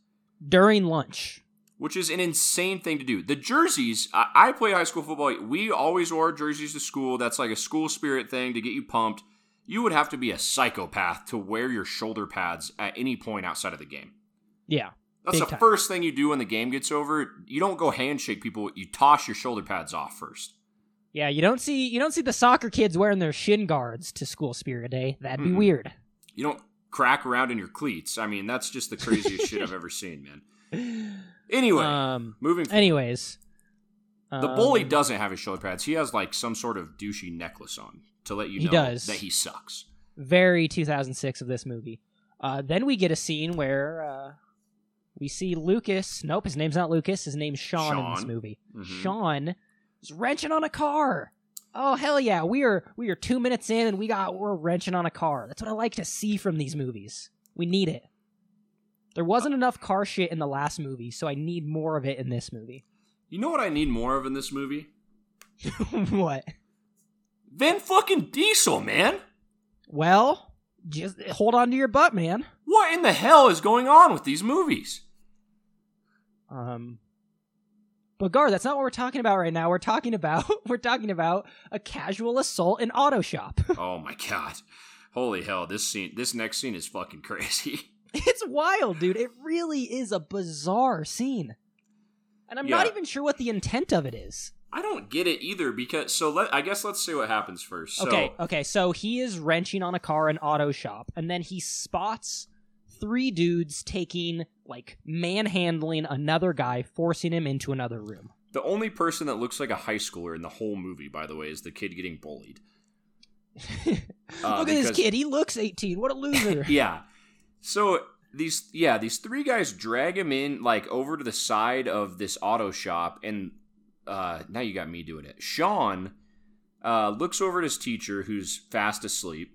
during lunch. which is an insane thing to do. The jerseys, I, I play high school football. We always wore jerseys to school. That's like a school spirit thing to get you pumped. You would have to be a psychopath to wear your shoulder pads at any point outside of the game. Yeah. That's Big the time. first thing you do when the game gets over. You don't go handshake people. You toss your shoulder pads off first. Yeah, you don't see you don't see the soccer kids wearing their shin guards to school spirit day. That'd be Mm-mm. weird. You don't crack around in your cleats. I mean, that's just the craziest shit I've ever seen, man. Anyway, Um moving. forward. anyways. the bully um, doesn't have his shoulder pads. He has like some sort of douchey necklace on to let you He know does. that he sucks. very 2006 of this movie. Uh, then we get a scene where uh, we see Lucas. Nope, his name's not Lucas. His name's Sean, in this Sean. movie. Mhm. Sean is wrenching on a car. Oh hell yeah! We are we are two minutes in and we got we're wrenching on a car. That's what I like to see from these movies. We need it. There wasn't enough car shit in the last movie, so I need more of it in this movie. You know what I need more of in this movie? what? Van fucking Diesel, man. Well, just hold on to your butt, man. What in the hell is going on with these movies? Um, but Gar, that's not what we're talking about right now. We're talking about we're talking about a casual assault in auto shop. oh my god. Holy hell, this scene this next scene is fucking crazy. it's wild, dude. It really is a bizarre scene, and I'm not Yeah. even sure what the intent of it is. I don't get it either because so let I guess let's see what happens first. So okay, okay. So he is wrenching on a car in auto shop, and then he spots three dudes taking like manhandling another guy, forcing him into another room. the only person that looks like a high schooler in the whole movie, by the way, is the kid getting bullied. Uh, Look at this because- kid. He looks 18. What a loser. Yeah. So these yeah, these three guys drag him in like over to the side of this auto shop and uh now you got me doing it. Sean uh looks over at his teacher who's fast asleep.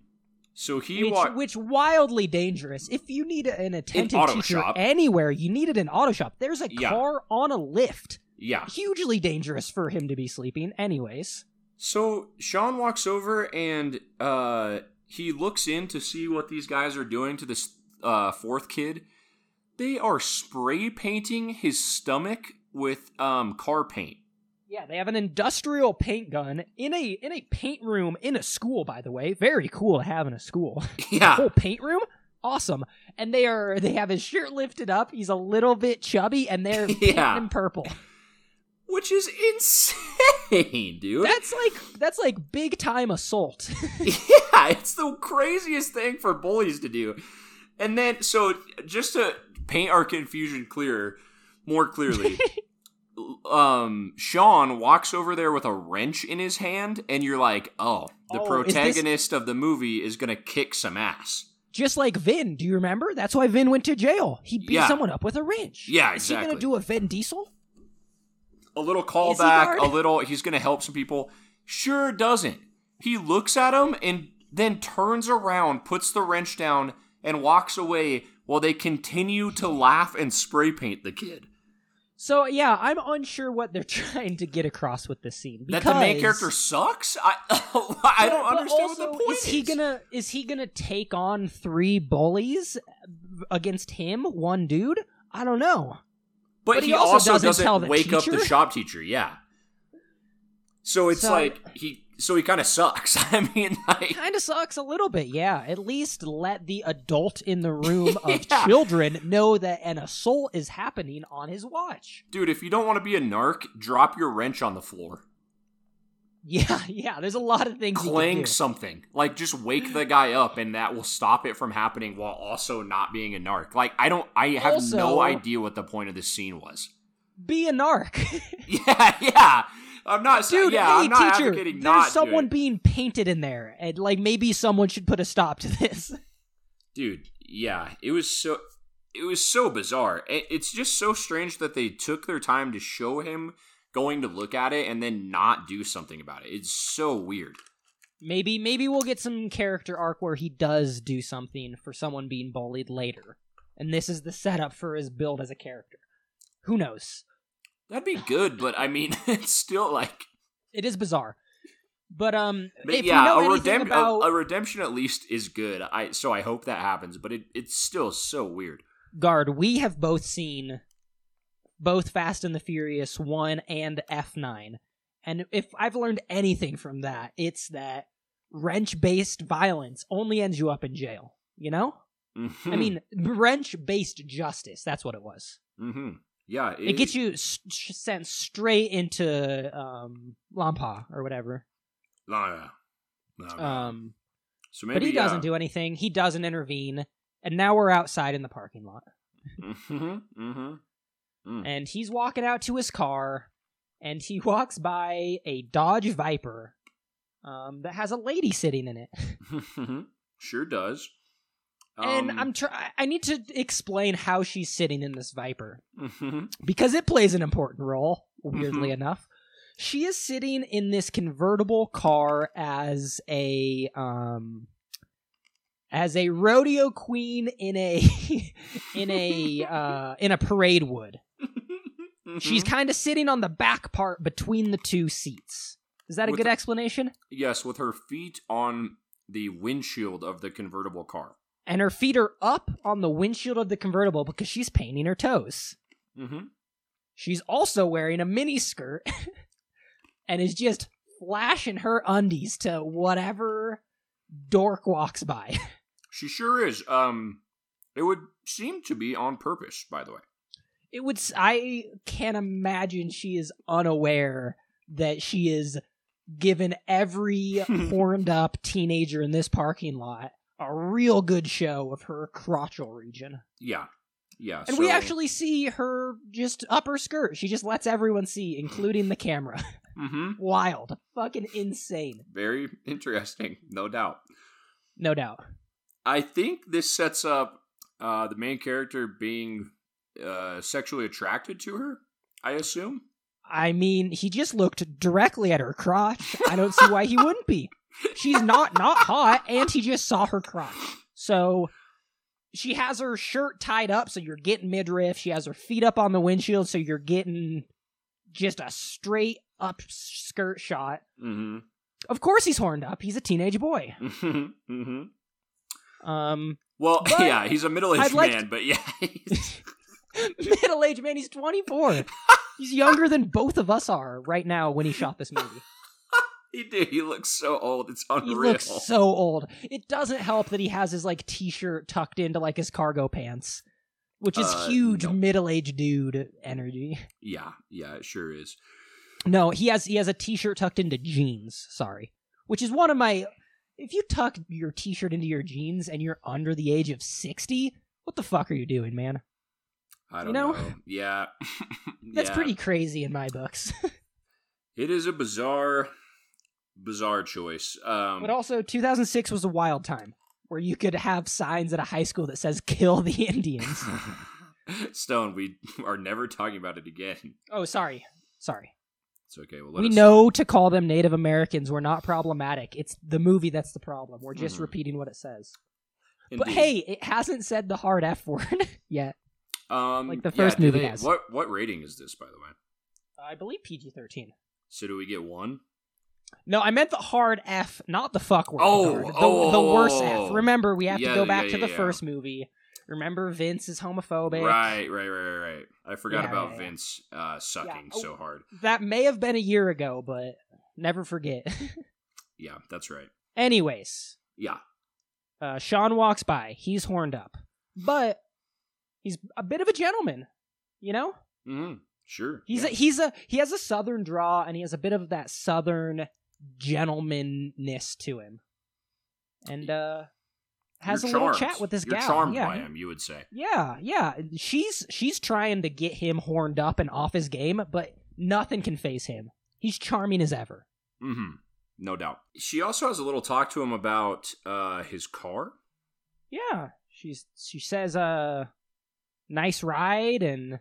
So he which, walks which wildly dangerous. If you need an attentive auto teacher shop. anywhere, you need it in auto shop. There's a Yeah. Ah. car on a lift. yeah. Hugely dangerous for him to be sleeping. Anyways, So Sean walks over and uh, he looks in to see what these guys are doing to this uh, fourth kid. They are spray painting his stomach with um, car paint. Yeah, they have an industrial paint gun in a in a paint room in a school. By the way, very cool to have in a school. Yeah. Whole paint room, awesome. And they are they have his shirt lifted up. He's a little bit chubby, and they're painting Yeah. him purple. Which is insane, dude. That's like that's like big time assault. yeah, it's the craziest thing for bullies to do. And then, so just to paint our confusion clearer, more clearly, um, Sean walks over there with a wrench in his hand, and you're like, oh, the Oh, is this- protagonist of the movie is gonna kick some ass. Just like Vin, do you remember? That's why Vin went to jail. He beat Yeah. someone up with a wrench. Yeah, Is he gonna exactly. do a Vin Diesel? A little Easy callback, guard. a little. He's gonna help some people. Sure doesn't. He looks at him and then turns around, puts the wrench down, and walks away while they continue to laugh and spray paint the kid. So yeah, I'm unsure what they're trying to get across with this scene. Because That the main character sucks? I I don't But- but understand also, what the point is. he gonna is he gonna take on three bullies against him, one dude? I don't know. But, but he, he also also doesn't doesn't, tell the wake up the teacher? shop teacher. Yeah. So it's So- like he so he kind of sucks. I mean, like Kind of sucks a little bit, yeah. At least let the adult in the room of Yeah. children know that an assault is happening on his watch. dude, if you don't want to be a narc, drop your wrench on the floor. Yeah, yeah. There's a lot of things. he could Clang do. something. Like just wake the guy up and that will stop it from happening while also not being a narc. Like I don't I have Also- no idea what the point of this scene was. Be a narc, Yeah, yeah. I'm not dude. yeah, hey, I'm not teacher, advocating there's not to it. someone being painted in there, and like maybe someone should put a stop to this. dude yeah it was so it was so bizarre I- it's just so strange that they took their time to show him going to look at it and then not do something about it it's so weird Maybe maybe we'll get some character arc where he does do something for someone being bullied later. And this is the setup for his build as a character. Who knows? that'd be good but i mean it's still like It is bizarre. But um but if yeah you know a, anything redemp- a- about a, redemption at least is good i so i hope that happens but it, it's still so weird Guard, we have both seen both Fast and the Furious 1 and F9. And if I've learned anything from that, it's that wrench-based violence only ends you up in jail, you know? I Mhm, mean, wrench-based justice, that's what it was. mhm. yeah it, gets you s- sh- sent straight into um lampa or whatever Nah, nah, nah. um so uh, but he yeah. doesn't do anything he doesn't intervene and now we're outside in the parking lot Mhm, mhm. and he's walking out to his car and he walks by a dodge viper um that has a lady sitting in it mm-hmm. sure does. and Um, i'm try- i need to explain how she's sitting in this viper mhm. because it plays an important role, weirdly enough. She is sitting in this convertible car as a um as a rodeo queen in a in a uh in a parade wood. She's kind of sitting on the back part between the two seats. Is that a With good the- explanation? Mm-hmm. yes, with her feet on the windshield of the convertible car. And her feet are up on the windshield of the convertible because she's painting her toes. Mm-hmm. She's also wearing a mini skirt and is just flashing her undies to whatever dork walks by. She sure is. Um, it would seem to be on purpose, by the way. It would s- I can't imagine she is unaware that she is given every horned up teenager in this parking lot a real good show of her crotchal region. Yeah, yeah. And we so- actually see her just upper skirt. She just lets everyone see, including the camera. Mhm. Wild. Fucking insane. very interesting, no doubt. No doubt. I think this sets up uh, the main character being uh, sexually attracted to her. I assume. I mean, he just looked directly at her crotch. I don't see why he wouldn't be. She's not not hot, and he just saw her crotch. So she has her shirt tied up, so you're getting midriff. She has her feet up on the windshield, so you're getting just a straight up skirt shot. Mm-hmm. Of course, he's horned up. He's a teenage boy. mm-hmm. Um, Well, But yeah, he's a middle-aged I'd like man, but yeah, he's- Middle aged man, he's 24. He's younger than both of us are right now when he shot this movie. He did. He looks so old. It's unreal. He looks so old. It doesn't help that he has his like t-shirt tucked into like his cargo pants, which is Uh, huge no. middle-aged dude energy. yeah, yeah, it sure is. No, he has he has a t-shirt tucked into jeans, sorry. Which is one of my if you tuck your t-shirt into your jeans and you're under the age of 60, what the fuck are you doing, man? I don't You know? know. Yeah, That's Yeah. pretty crazy in my books. It is a bizarre, bizarre choice. Um, but also 2006 was a wild time where you could have signs at a high school that says kill the Indians. Stone, we are never talking about it again. oh, sorry. Sorry. It's okay. Well, let we us- know to call them Native Americans. We're not problematic. It's the movie that's the problem. We're just Mhm. repeating what it says. But Indeed. hey, it hasn't said the hard F word yet. um, like the yeah, first do movie they- has. What what rating is this, by the way? I believe PG 13. So do we get one? No, I meant the hard F, not the fuck word. Oh, hard. the, oh, the oh, worse oh. F. Remember, we have Yeah, to go yeah, back to yeah, the yeah. first movie. Remember, Vince is homophobic. Right, right, right, right. right. I forgot Oh, Yeah, about yeah, yeah. Vince uh, sucking Oh. so hard. That may have been a year ago, but never forget. Yeah, that's right. Anyways, Yeah, Uh, Sean walks by. He's horned up, but he's a bit of a gentleman. You know, hmm sure. he's yeah. a, he's a he has a southern draw, and he has a bit of that southern gentlemanness to him, and uh, has You're a little charmed. chat with this You're gal. charmed yeah, by him, you would say. yeah, yeah. She's she's trying to get him horned up and off his game, but nothing can phase him. He's charming as ever. hmm No doubt. She also has a little talk to him about uh, his car. Yeah, she's she says uh nice ride and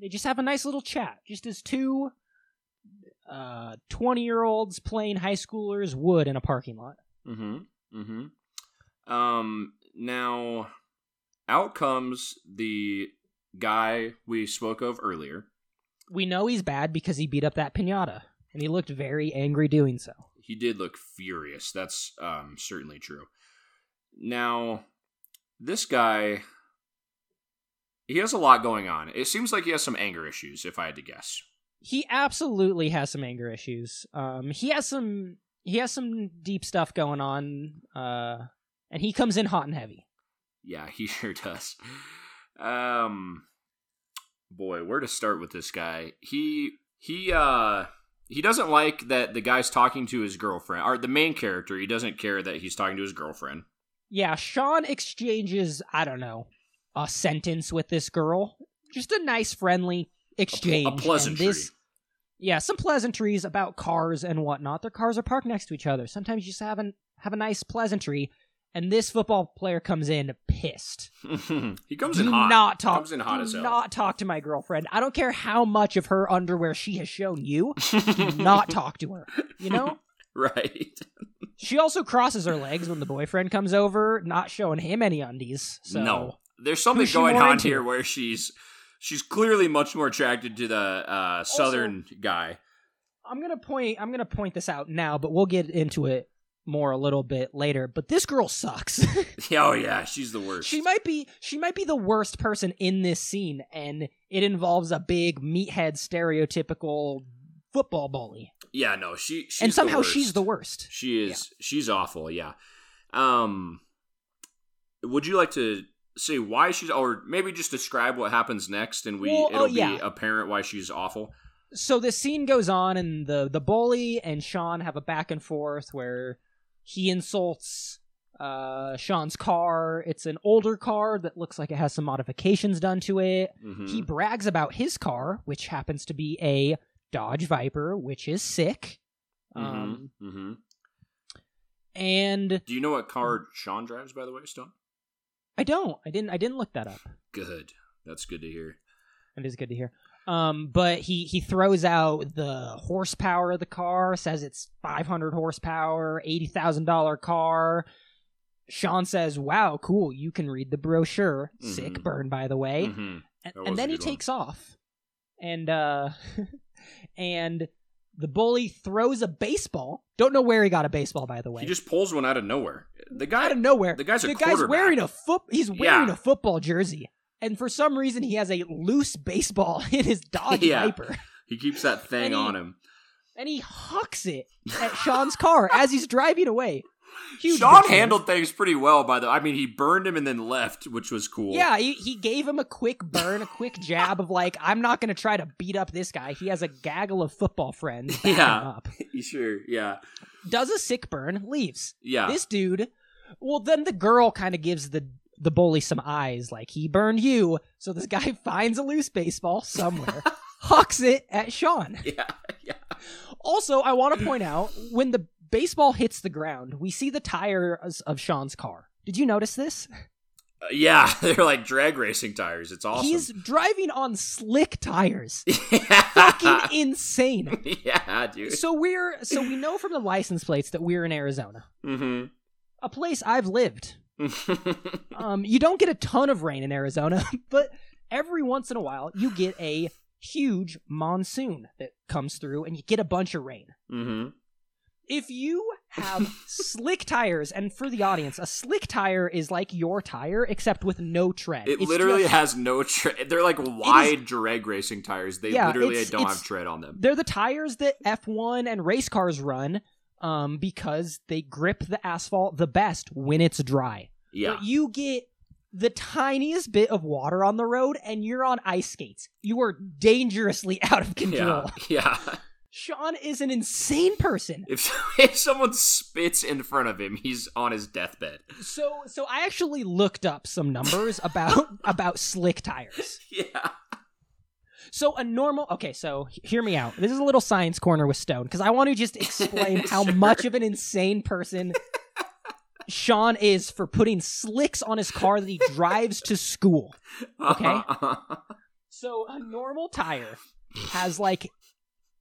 they just have a nice little chat. Just as two uh 20-year-olds playing high schoolers would in a parking lot. Mm-hmm. Mm-hmm. Um, now, out comes the guy we spoke of earlier. We know he's bad because he beat up that piñata and he looked very angry doing so. He did look furious. That's um, certainly true. Now, this guy, he has a lot going on. It seems like he has some anger issues, if I had to guess. He absolutely has some anger issues. Um he has some he has some deep stuff going on uh and he comes in hot and heavy. Yeah, he sure does. Um boy, where to start with this guy? He he uh he doesn't like that the guy's talking to his girlfriend. Or the main character, he doesn't care that he's talking to his girlfriend. Yeah, Sean exchanges, I don't know, a sentence with this girl. Just a nice, friendly A, exchange. pl- a and pleasantry. this- yeah, some pleasantries about cars and whatnot. Their cars are parked next to each other. Sometimes you just have, an, have a nice pleasantry, and this football player comes in pissed. he comes do in hot. not talk. Comes in hot do as hell. Not talk to my girlfriend. I don't care how much of her underwear she has shown you. Do not talk to her. You know. right. She also crosses her legs when the boyfriend comes over, not showing him any undies. So No. There's something Who's she going more on into? here where she's she's clearly much more attracted to the uh southern guy. I'm gonna point I'm gonna point this out now, but we'll get into it more a little bit later. But this girl sucks. Oh yeah, she's the worst. she might be she might be the worst person in this scene, and it involves a big meathead stereotypical football bully. yeah, no, she she's and somehow the worst. she's the worst. She is. She's awful. Yeah. Um. Would you like to say why she's, or maybe just describe what happens next, and we Well, it'll oh, yeah. be apparent why she's awful. so this scene goes on and the the bully and sean have a back and forth where he insults uh sean's car it's an older car that looks like it has some modifications done to it Mhm. he brags about his car which happens to be a dodge viper which is sick Mhm. um hmm. Mhm. and Do you know what car Sean drives, by the way, Stone? i don't i didn't i didn't look that up Good. That's good to hear. It is good to hear. Um, but he he throws out the horsepower of the car, says it's 500 horsepower, eighty thousand dollar car. Sean says, "Wow, cool! You can read the brochure." Mhm. Sick burn, by the way. Mhm. And, That was and then a he good one. takes off, and uh, and the bully throws a baseball. Don't know where he got a baseball, by the way. He just pulls one out of nowhere. The guy. out of nowhere. the guy's a the guy's quarterback. wearing a foot. He's wearing Yeah. a football jersey. and for some reason he has a loose baseball in his dog Yeah. diaper, He keeps that thing And he- on him. and he hucks it at Sean's car as he's driving away. Huge Sean bitch move. handled things pretty well by the I mean he burned him and then left, which was cool. Yeah, he, he gave him a quick burn, a quick jab of like, I'm not gonna try to beat up this guy. He has a gaggle of football friends. backing Yeah. him Up. You sure. Yeah. Does a sick burn, leaves. Yeah. This dude well then the girl kind of gives the the bully some eyes, like he burned you. So this guy finds a loose baseball somewhere, hucks it at Sean. yeah. Also, I wanna point out, when the baseball hits the ground, we see the tires of Sean's car. Did you notice this? Uh, yeah. They're like drag racing tires. It's awesome. He's driving on slick tires. Fucking insane. yeah, dude. so we're so we know from the license plates that we're in Arizona, Mhm. a place I've lived. Um, you don't get a ton of rain in Arizona, but every once in a while you get a huge monsoon that comes through, and you get a bunch of rain. mhm. If you have slick tires, and for the audience, a slick tire is like your tire except with no tread. It It's literally just- has no tread. They're like wide drag racing tires. They Yeah, literally it's- don't it's- have tread on them. they're the tires that F1 and race cars run, um, because they grip the asphalt the best when it's dry. Yeah. But you get the tiniest bit of water on the road and you're on ice skates. You are dangerously out of control. Yeah. Yeah. Sean is an insane person. If if someone spits in front of him, he's on his deathbed. So so I actually looked up some numbers about about slick tires. Yeah. So a normal Okay, so he- hear me out. This is a little science corner with Stone cuz I want to just explain how Sure. much of an insane person Sean is for putting slicks on his car that he drives to school. Okay. So a normal tire has like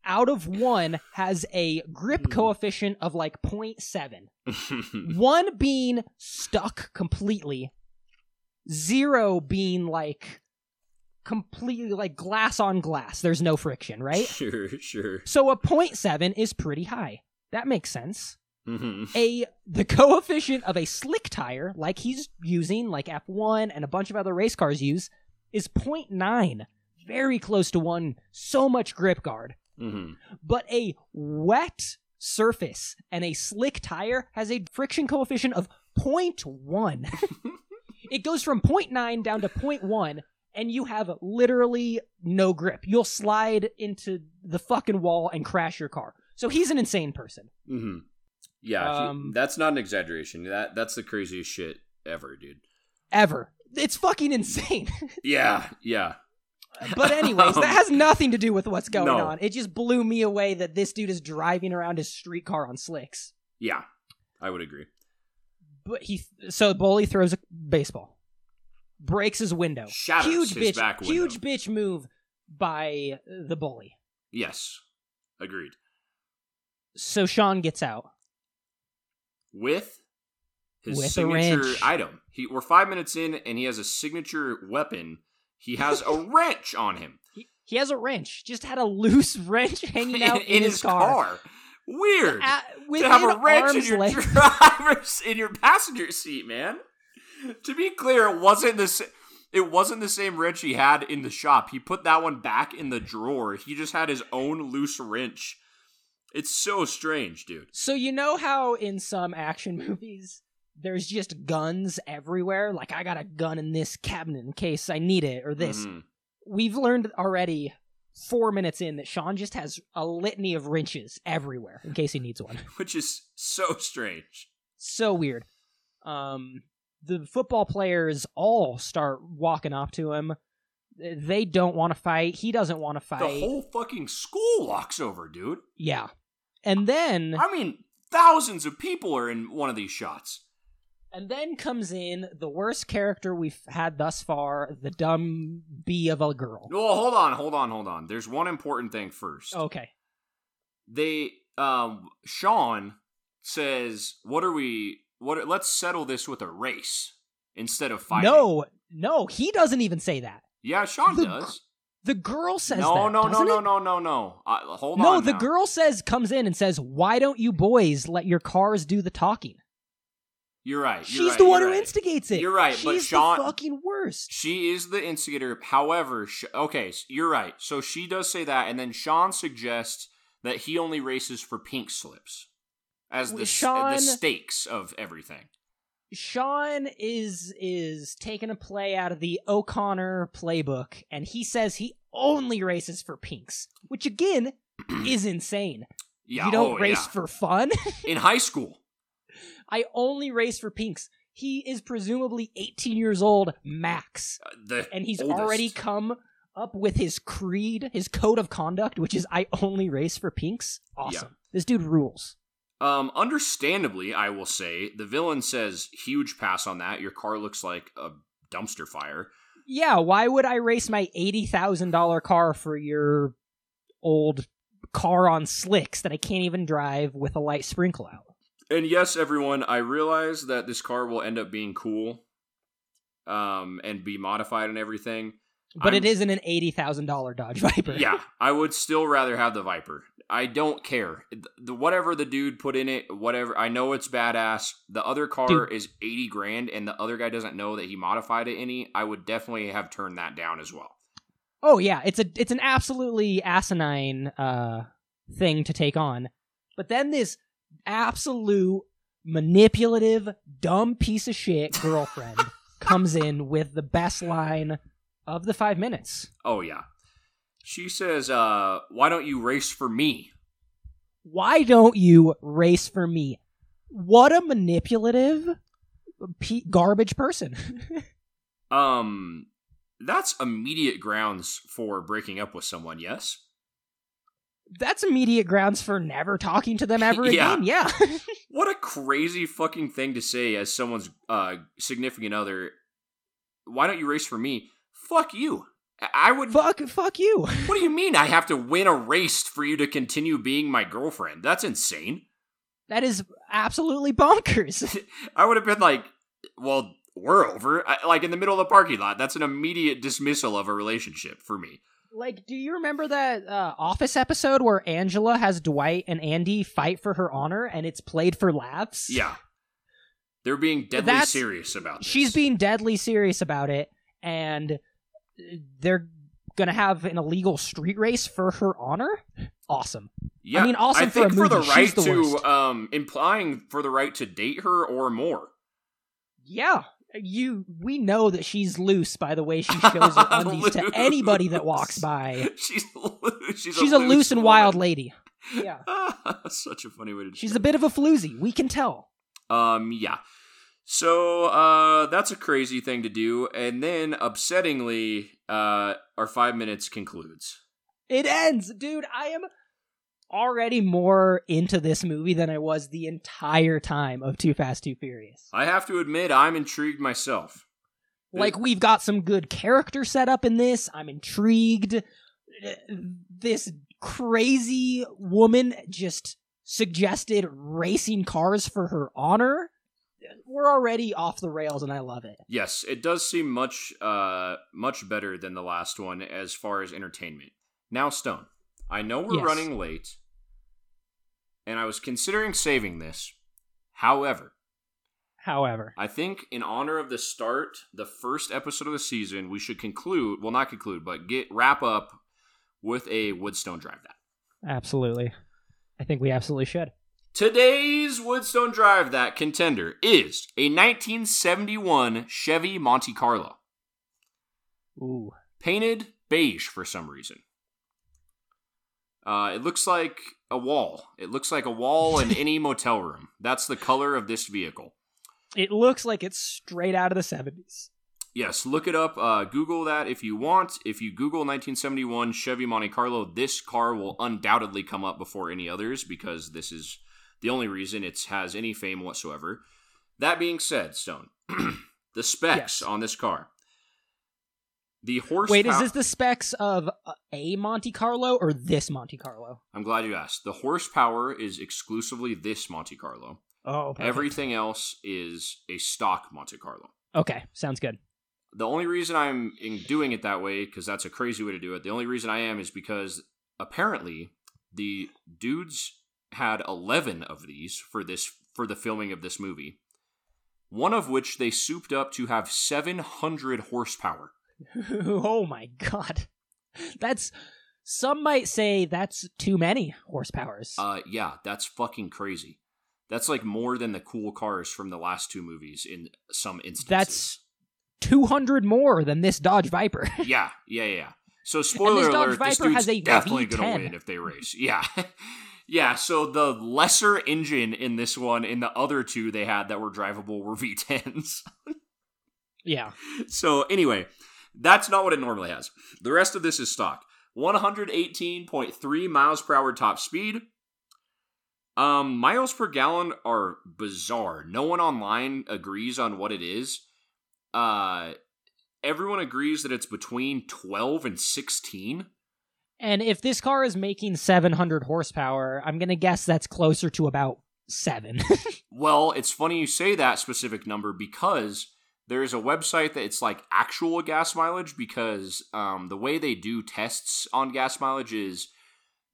out of one has a grip Hmm. coefficient of like 0.7. One being stuck completely, zero being like completely like glass on glass. There's no friction, right? Sure, sure. So a 0.7 is pretty high. That makes sense. hmm A the coefficient of a slick tire, like he's using, like F1 and a bunch of other race cars use, is 0.9. Very close to one, so much grip guard. hmm But a wet surface and a slick tire has a friction coefficient of 0.1. it goes from 0.9 down to 0.1, and you have literally no grip. You'll slide into the fucking wall and crash your car. So he's an insane person. hmm Yeah, he- Um, that's not an exaggeration. That that's the craziest shit ever, dude. Ever. It's fucking insane. Yeah, yeah. But anyways, that has nothing to do with what's going Um, No. on. It just blew me away that this dude is driving around his streetcar on slicks. Yeah, I would agree. But he so Bully throws a baseball, breaks his window, Shatters huge his bitch, back window. huge bitch move by uh, the bully. Yes, agreed. So Sean gets out. With his With a signature wrench. item, he, we're five minutes in, and he has a signature weapon. He has a wrench on him He, he has a wrench. Just had a loose wrench hanging out in, his, Weird At, to within have a wrench in arm's your length. driver's in your passenger seat, man. To be clear, it wasn't this. It wasn't the same wrench he had in the shop. He put that one back in the drawer. He just had his own loose wrench. It's so strange, dude. So you know how in some action movies there's just guns everywhere. Like I got a gun in this cabinet in case I need it, or this. Mhm. We've learned already. Four minutes in, that Sean just has a litany of wrenches everywhere in case he needs one. which is so strange. so weird. Um, the football players all start walking up to him. They don't want to fight. He doesn't want to fight. The whole fucking school walks over, dude. yeah. And then I mean, thousands of people are in one of these shots. and then comes in the worst character we've had thus far, the dumb bee of a girl. Well, hold on, hold on, hold on. There's one important thing first. Okay. they um Sean says, "What are we? What? Are, let's settle this with a race instead of fighting." No, no, he doesn't even say that. yeah, Sean The- does. The girl says no, that. no, no, doesn't no, it? no, no, no. Uh, hold No, on. the now. girl says comes in and says, "Why don't you boys let your cars do the talking?" You're right. She's you're right, the one you're who right. instigates it. You're right, She's but the Sean- fucking worst. She is the instigator. However, sh okay, s- you're right. So she does say that, and then Sean suggests that he only races for pink slips as the, Well, s- uh, Sean- the stakes of everything. Sean is is taking a play out of the O'Connor playbook, and he says he only races for pinks, which again is insane. Yeah, you don't oh, race yeah. for fun. in high school. I only race for pinks. He is presumably 18 years old max, uh, The and he's oldest. already come up with his creed, his code of conduct, which is I only race for pinks. Awesome. This dude rules. Um, understandably, I will say the villain says huge pass on that. Your car looks like a dumpster fire. Yeah, why would I race my $80,000 car for your old car on slicks that I can't even drive with a light sprinkle out? And yes, everyone, I realize that this car will end up being cool, um, and be modified and everything. But I'm- it isn't an $80,000 Dodge Viper. yeah, I would still rather have the Viper. I don't care. The, the- whatever the dude put in it, whatever. I know it's badass. The other car Dude. is eighty grand, and the other guy doesn't know that he modified it any. I would definitely have turned that down as well. Oh yeah, it's a it's an absolutely asinine uh thing to take on. But then this absolute manipulative dumb piece of shit girlfriend comes in with the best line of the 5 minutes. Oh yeah. She says, uh, why don't you race for me? Why don't you race for me? What a manipulative pe- garbage person. Um that's immediate grounds for breaking up with someone, yes? That's immediate grounds for never talking to them ever Yeah. again. Yeah. What a crazy fucking thing to say as someone's uh significant other. Why don't you race for me? Fuck you. I- I would fuck fuck you. What do you mean I have to win a race for you to continue being my girlfriend? That's insane. That is absolutely bonkers. I would have been like, well, we're over. I, like in the middle of the parking lot. That's an immediate dismissal of a relationship for me. Like, do you remember that uh, Office episode where Angela has Dwight and Andy fight for her honor, and it's played for laughs? Yeah. They're being deadly That's- serious about this. she's being deadly serious about it, and uh, they're gonna have an illegal street race for her honor. Awesome. yeah, I mean, also I for a think for the movie, right she's the to worst. um implying for the right to date her or more. Yeah, you. We know that she's loose by the way she shows her undies to Loose. anybody that walks by. she's loose. She's, She's a loose and wild woman. lady. Yeah, Such a funny way to. she's a bit of a floozy. We can tell. Um, yeah. So uh, that's a crazy thing to do, and then upsettingly, uh, our five minutes concludes. It ends, dude. I am already more into this movie than I was the entire time of Too Fast, Too Furious. I have to admit, I'm intrigued myself. Like we've got some good character set up in this. I'm intrigued. This crazy woman just suggested racing cars for her honor. We're already off the rails, and I love it. Yes, it does seem much, uh, much better than the last one as far as entertainment. Now, Stone, I know we're Yes. running late, and I was considering saving this. However, However, I think in honor of the start, the first episode of the season, we should conclude, well not conclude, but get wrap up with a Woodstone Drive That. absolutely. I think we absolutely should. Today's Woodstone Drive That contender is a 1971 Chevy Monte Carlo, Ooh. painted beige for some reason. Uh, it looks like a wall. It looks like a wall in any motel room. That's the color of this vehicle. It looks like it's straight out of the 70s. Yes, look it up. Uh, Google that if you want. If you Google 1971 Chevy Monte Carlo, this car will undoubtedly come up before any others because this is the only reason it has any fame whatsoever. That being said, Stone, the specs Yes. on this car. The horse. Wait, is this the specs of uh, a Monte Carlo or this Monte Carlo? I'm glad you asked. The horsepower is exclusively this Monte Carlo. Oh, perfect. Everything else is a stock Monte Carlo. Okay, sounds good. the only reason I'm in doing it that way because that's a crazy way to do it. The only reason I am is because apparently the dudes had eleven of these for this for the filming of this movie, one of which they souped up to have 700 horsepower. oh my god. That's some might say that's too many horsepowers. Uh, yeah, that's fucking crazy. That's like more than the cool cars from the last two movies in some instances. That's 200 more than this Dodge Viper. yeah, yeah, yeah. So spoiler this Dodge alert: this Viper dude's has a definitely gonna V10. win if they race. Yeah, yeah. So the lesser engine in this one, and the other two they had that were drivable were V10s. yeah. so anyway, that's not what it normally has. The rest of this is stock. 118.3 miles per hour top speed. Um, miles per gallon are bizarre. No one online agrees on what it is. Uh, everyone agrees that it's between 12 and 16. And if this car is making 700 horsepower, I'm going to guess that's closer to about 7. Well, it's funny you say that specific number because there is a website that it's like actual gas mileage because um, the way they do tests on gas mileage is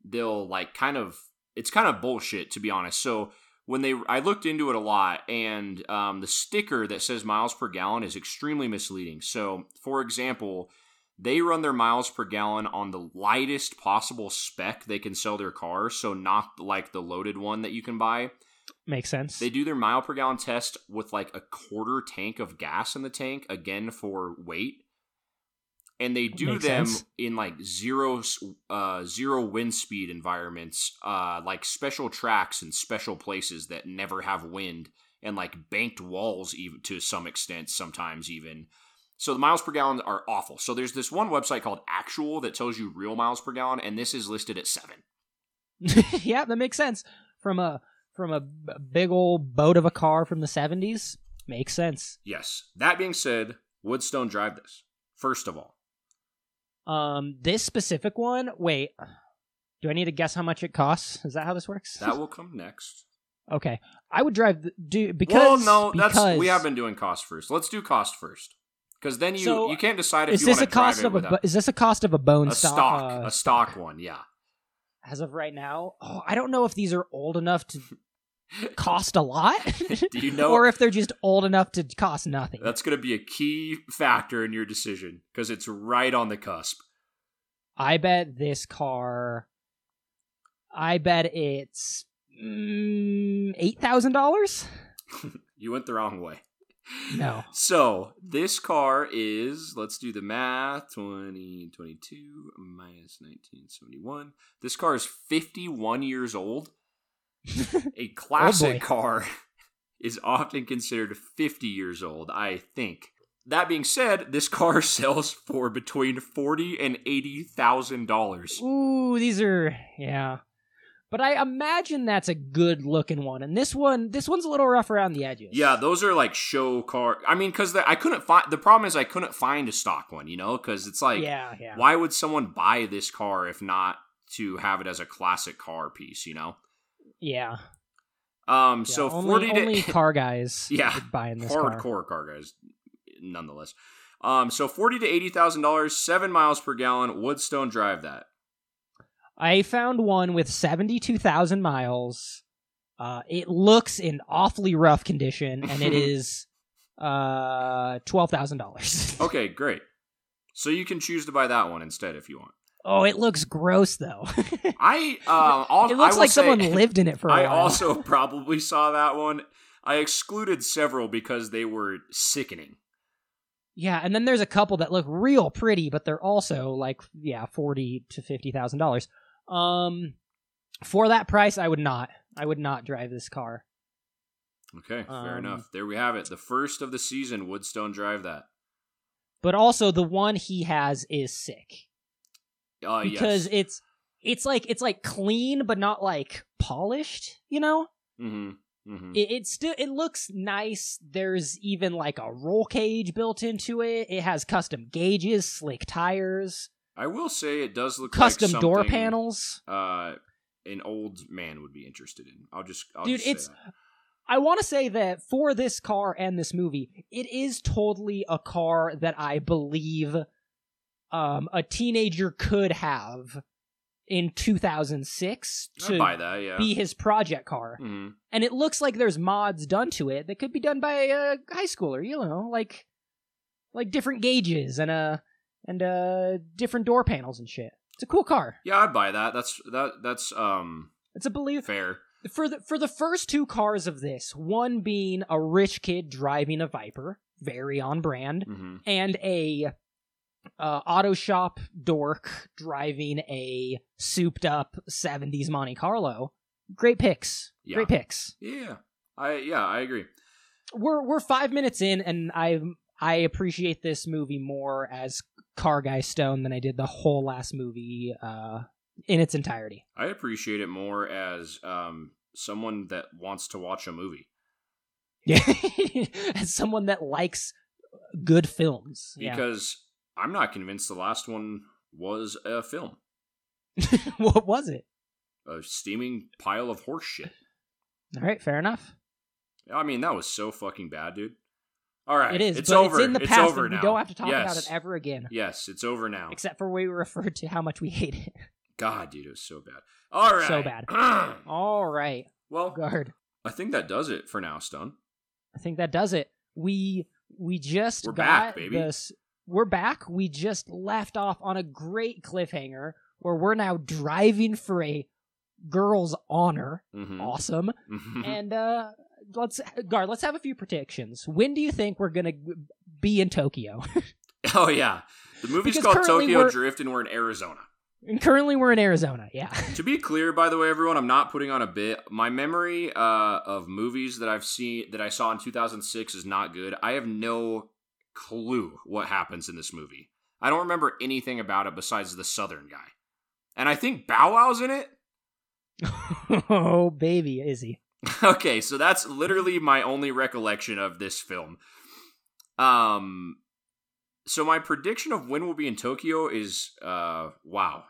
they'll like kind of it's kind of bullshit to be honest. So when they I looked into it a lot and um, the sticker that says miles per gallon is extremely misleading. So for example, they run their miles per gallon on the lightest possible spec they can sell their car, so not like the loaded one that you can buy. Makes sense. They do their mile per gallon test with like a quarter tank of gas in the tank, again for weight. And they do Makes them sense. in like zero, s- uh, zero wind speed environments, uh, like special tracks and special places that never have wind, and like banked walls even to some extent, sometimes even. So the miles per gallon are awful. So there's this one website called Actual that tells you real miles per gallon, and this is listed at seven. yeah, that makes sense. From a from a b- big old boat of a car from the 70s, makes sense. Yes. That being said, would Stone drive this? First of all, Um this specific one, wait. Do I need to guess how much it costs? Is that how this works? that will come next. okay. I would drive the, do because well, no, because that's we have been doing cost first. Let's do cost first, because then you So, you can't decide if Is you this want a to drive cost it of a without bo- is this a cost of a bone a stock, stock, uh, a stock one. Yeah, as of right now? Oh, I don't know if these are old enough to cost a lot, Do you know- or if they're just old enough to cost nothing. that's going to be a key factor in your decision because it's right on the cusp. I bet this car. I bet it's mm, eight thousand dollars. You went the wrong way. No, So this car is, let's do the math 2022 minus 1971. This car is 51 years old. A classic Oh, boy. car is often considered 50 years old, I think. That being said, this car sells for between forty and eighty thousand dollars. ooh, these are yeah. But I imagine that's a good looking one, and this one, this one's a little rough around the edges. Yeah, those are like show car. I mean, because I couldn't find the problem is I couldn't find a stock one, you know, because it's like yeah, yeah. why would someone buy this car if not to have it as a classic car piece you know Yeah. um yeah. so only, 40 to only car guys. Yeah. would buy in this car. hardcore car. guys nonetheless um so 40 to 80 thousand dollars seven miles per gallon woodstone drive that I found one with 72,000 miles. Uh, it looks in awfully rough condition, and it is uh, $12,000. okay great so you can choose to buy that one instead if you want Oh, it looks gross, though. i um al- it I looks will like say- someone lived in it for a i while. also probably saw that one i excluded several because they were sickening Yeah, and then there's a couple that look real pretty, but they're also like yeah, forty to fifty thousand dollars. Um, for that price, I would not. I would not drive this car. okay fair Um, enough there we have it the first of the season woodstone drive that But also, the one he has is sick. Uh, because yes. it's it's like it's like clean but not like polished you know hmm hmm it, it still it looks nice there's even like a roll cage built into it it has custom gauges slick tires I will say it does look custom like door something, panels Uh, an old man would be interested in. I'll just, I'll Dude, just say it's- that. i want to say that for this car and this movie it is totally a car that i believe um a teenager could have in 2006 I buy to that. Yeah. be his project car. hmm And it looks like there's mods done to it that could be done by a high schooler, you know, like like different gauges and uh and uh different door panels and shit. It's a cool car. Yeah, I'd buy that. That's that. That's um It's a belief fair. for the for the first two cars of this, one being a rich kid driving a Viper, very on brand, hmm and a uh, auto shop dork driving a souped up 70s Monte Carlo. Great picks. Yeah. Great picks. Yeah. I yeah I agree. We're we're 5 minutes in and I I appreciate this movie more as Car Guy Stone than I did the whole last movie uh in its entirety. I appreciate it more as um someone that wants to watch a movie Yeah. as someone that likes good films. Yeah. because I'm not convinced the last one was a film, what was it? a steaming pile of horse shit. All right, fair enough. I mean, that was so fucking bad, dude. All right, it is. It's but over. It's in the past. and over now. We don't have to talk yes. about it ever again, Yes, it's over now. except for we referred to how much we hate it. God, dude, it was so bad. All right, So bad. Oh, All right, well, guard. I think that does it for now, Stone. I think that does it. We we just We're got back, baby. this. We're back. We just left off on a great cliffhanger where we're now driving for a girl's honor. Mm-hmm. Awesome. and uh let's guard. Let's have a few predictions. When do you think we're gonna be in Tokyo? oh yeah, the movie's Because called currently Tokyo we're- Drift, and we're in Arizona. and currently, we're in Arizona. Yeah. to be clear, by the way, everyone, I'm not putting on a bit. My memory uh, of movies that I've seen that I saw in 2006 is not good. I have no clue what happens in this movie. I don't remember anything about it besides the Southern guy, and I think Bow Wow's in it. oh baby is he okay, so that's literally my only recollection of this film. Um, so my prediction of when we'll be in Tokyo is, uh, wow,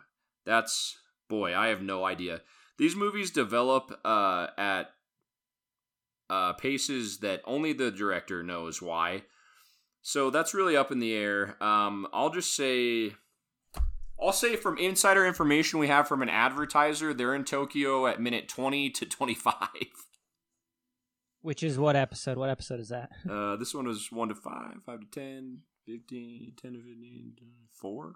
that's boy, I have no idea. These movies develop uh, at uh, paces that only the director knows why. So that's really up in the air. Um, I'll just say, I'll say from insider information we have from an advertiser, they're in Tokyo at minute 20 to 25. which is what episode what episode is that Uh, this one was 1 to 5, 5 to 10, 15, 10 to 15, 4.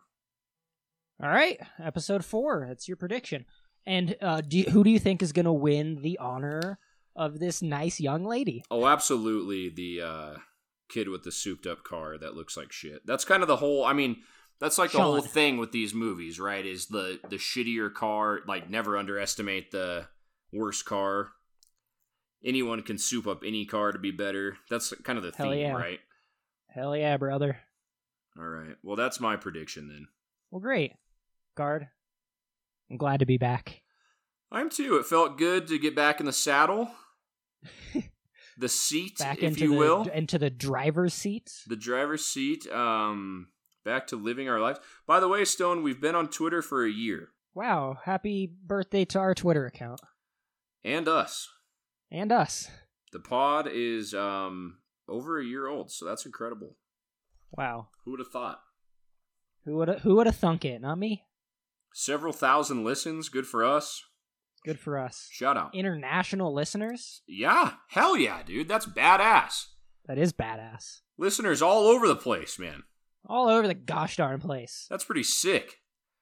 all right episode four that's your prediction and uh do you, who do you think is gonna win the honor of this nice young lady Oh, absolutely. The uh, kid with the souped up car that looks like shit. That's kind of the whole. I mean, that's like the whole Sean. thing with these movies, right? Is the the shittier car. Like, never underestimate the worst car. Anyone can soup up any car to be better. That's kind of the Hell theme, yeah. right? hell yeah brother All right. Well, that's my prediction then. well great guard i'm glad to be back I'm too. It felt good to get back in the saddle, the seat, back if into you the will. into the driver's seat the driver's seat um back to living our lives by the way stone we've been on twitter for a year wow happy birthday to our twitter account and us and us the pod is um over a year old so that's incredible wow who would have thought who would who would have thunk it not me several thousand listens good for us good for us shout out international listeners yeah hell yeah dude that's badass that is badass listeners all over the place man all over the gosh darn place. that's pretty sick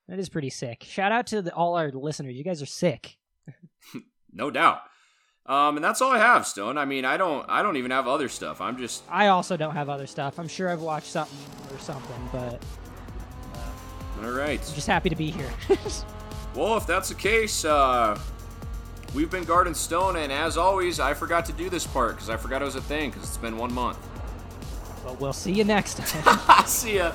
That is pretty sick. Shout out to the, all our listeners. You guys are sick. no doubt um and that's all i have stone i mean i don't i don't even have other stuff i'm just I also don't have other stuff. I'm sure I've watched something or something, but all right I'm just happy to be here. Well, if that's the case, uh, we've been Garden Stone, and as always, I forgot to do this part because I forgot it was a thing because it's been one month. but we'll see you next time. See ya.